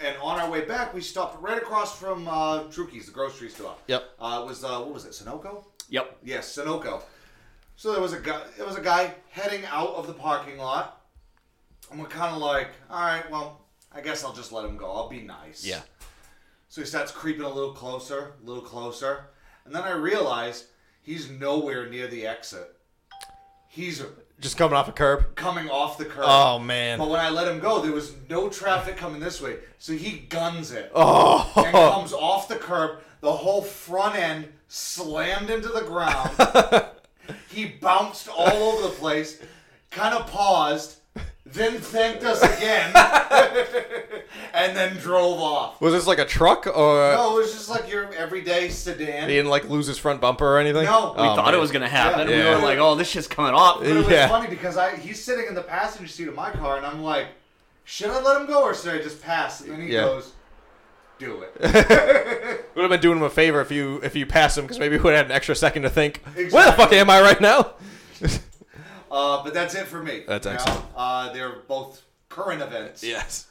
Speaker 2: and on our way back, we stopped right across from uh, Trukey's, the grocery store.
Speaker 1: Yep.
Speaker 2: Uh, it was uh, what was it? Sunoco?
Speaker 3: Yep.
Speaker 2: Yes, Sunoco. So there was a guy. There was a guy heading out of the parking lot, and we're kind of like, all right, well, I guess I'll just let him go. I'll be nice.
Speaker 1: Yeah.
Speaker 2: So he starts creeping a little closer, a little closer, and then I realize he's nowhere near the exit. He's
Speaker 1: Just coming off a curb.
Speaker 2: coming off the curb.
Speaker 1: Oh man.
Speaker 2: But when I let him go, there was no traffic coming this way. So he guns it and
Speaker 1: Oh.
Speaker 2: comes off the curb. The whole front end slammed into the ground. he bounced all over the place, kind of paused, then thanked us again, and then drove off.
Speaker 1: Was this like a truck or
Speaker 2: No, it was just like your everyday sedan.
Speaker 1: he didn't like lose his front bumper or anything?
Speaker 2: No.
Speaker 1: Oh,
Speaker 2: We
Speaker 3: Thought
Speaker 1: man.
Speaker 3: it was gonna happen.
Speaker 1: Yeah.
Speaker 3: We were like, oh, this shit's coming off.
Speaker 2: But it was
Speaker 1: Yeah.
Speaker 2: funny because I he's sitting in the passenger seat of my car, and I'm like, should I let him go or should I just pass? And then he
Speaker 1: Yeah.
Speaker 2: goes, do it.
Speaker 1: Would have been doing him a favor if you if you passed him because maybe he would have had an extra second to think. Where the
Speaker 2: Exactly.
Speaker 1: fuck am I right now?
Speaker 2: uh, but that's it for me.
Speaker 1: That's
Speaker 2: You know,
Speaker 1: excellent.
Speaker 2: Uh, they're both current events.
Speaker 1: yes.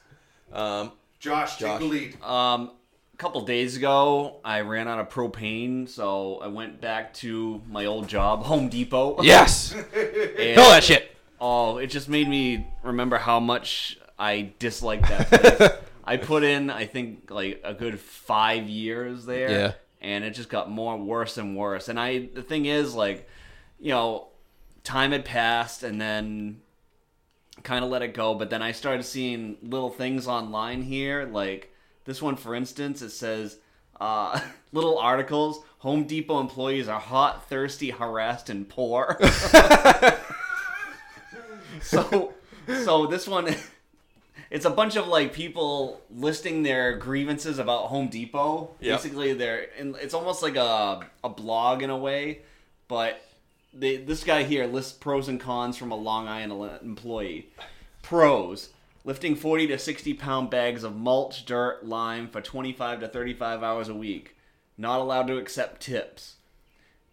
Speaker 1: Um,
Speaker 2: Josh, take
Speaker 1: Josh.
Speaker 2: the lead.
Speaker 3: Um, a couple days ago, I ran out of propane, so I went back to my old job, Home Depot.
Speaker 1: yes.
Speaker 3: And-
Speaker 1: Kill that shit.
Speaker 3: Oh, it just made me remember how much I disliked that place. I put in, I think, like a good five years there.
Speaker 1: Yeah.
Speaker 3: And it just got more worse and worse. And I, the thing is, like, you know, time had passed and then kind of let it go. But then I started seeing little things online here. Like this one, for instance, it says uh, little articles Home Depot employees are hot, thirsty, harassed, and poor. so, so this one. It's a bunch of like people listing their grievances about Home Depot.
Speaker 1: Yep.
Speaker 3: Basically, they're and it's almost like a a blog in a way, but they, this guy here lists pros and cons from a Long Island employee. Pros: lifting 40 to 60 pound bags of mulch, dirt, lime for 25 to 35 hours a week. Not allowed to accept tips.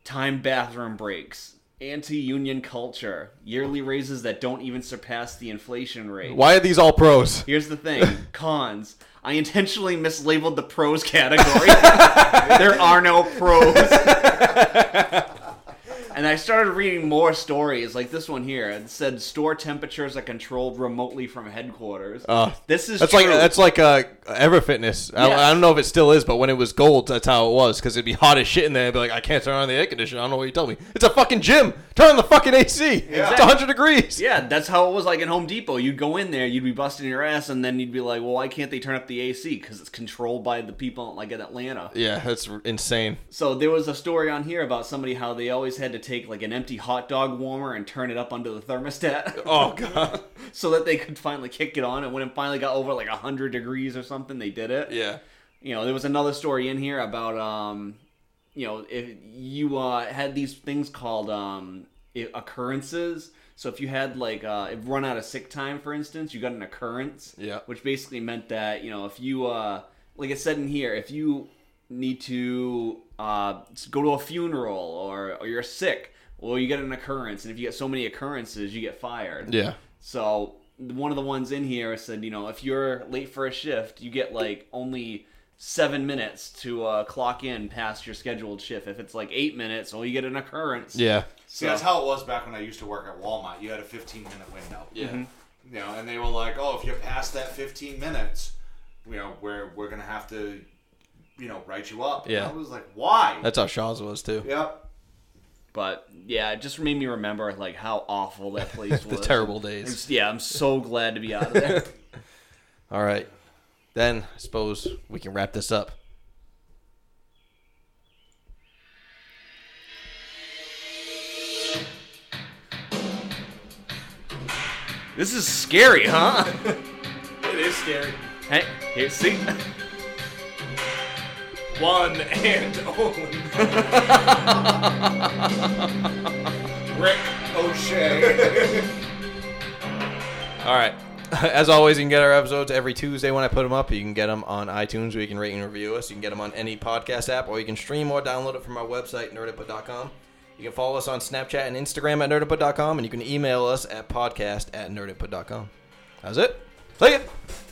Speaker 3: Time bathroom breaks. Anti-union culture. Yearly raises that don't even surpass the inflation rate.
Speaker 1: Why are these all pros?
Speaker 3: Here's the thing. Cons. I intentionally mislabeled the pros category. there are no pros. and I started reading more stories, like this one here. It said store temperatures are controlled remotely from headquarters.
Speaker 1: Uh,
Speaker 3: this is
Speaker 1: That's
Speaker 3: true.
Speaker 1: like that's like uh, Ever Fitness. I,
Speaker 3: Yes.
Speaker 1: I don't know if it still is, but when it was gold, that's how it was because it'd be hot as shit in there. And be like, I can't turn on the air conditioner. I don't know what you told me. It's a fucking gym. Turn on the fucking AC. It's
Speaker 3: Exactly.
Speaker 1: 100 degrees.
Speaker 3: yeah, that's how it was like in Home Depot. You'd go in there, you'd be busting your ass, and then you'd be like, well, why can't they turn up the AC? Because it's controlled by the people like in Atlanta.
Speaker 1: Yeah, that's r- insane.
Speaker 3: So there was a story on here about somebody how they always had to take like an empty hot dog warmer and turn it up under the thermostat
Speaker 1: Oh god.
Speaker 3: so that they could finally kick it on. And when it finally got over like 100 degrees or something, they did it.
Speaker 1: Yeah.
Speaker 3: You know, there was another story in here about, um, you know, if you uh, had these things called um, i- occurrences. So if you had like uh, if run out of sick time, for instance, you got an occurrence
Speaker 1: Yeah.
Speaker 3: which basically meant that you know if you uh, like it said in here if you need to uh, go to a funeral or, or you're sick well you get an occurrence and if you get so many occurrences you get fired
Speaker 1: Yeah.
Speaker 3: so one of the ones in here said you know if you're late for a shift you get like only seven minutes to uh, clock in past your scheduled shift if it's like eight minutes well you get an occurrence
Speaker 1: Yeah.
Speaker 2: See, that's how it was back when I used to work at Walmart. You had a 15 minute window.
Speaker 1: Yeah.
Speaker 2: You know, and they were like, oh, if you're past that 15 minutes, you know, we're, we're going to have to, you know, write you up. And
Speaker 1: Yeah.
Speaker 2: I was like, why?
Speaker 1: That's how Shaw's was too.
Speaker 2: yep.
Speaker 3: but yeah it just made me remember like how awful that place
Speaker 1: The
Speaker 3: was
Speaker 1: terrible days.
Speaker 3: yeah i'm so glad to be out of there
Speaker 1: All right. Then I suppose we can wrap this up.
Speaker 3: This is scary, huh?
Speaker 1: It is scary.
Speaker 3: hey, here, see?
Speaker 1: One and only. Rick.
Speaker 2: O'Shea.
Speaker 1: All right. As always, you can get our episodes every Tuesday when I put them up. You can get them on iTunes, where you can rate and review us. You can get them on any podcast app, or you can stream or download it from our website, nerdupput.com. You can follow us on Snapchat and Instagram at nerdupput.com, and you can email us at podcast at nerdupput.com. That's it. Take it.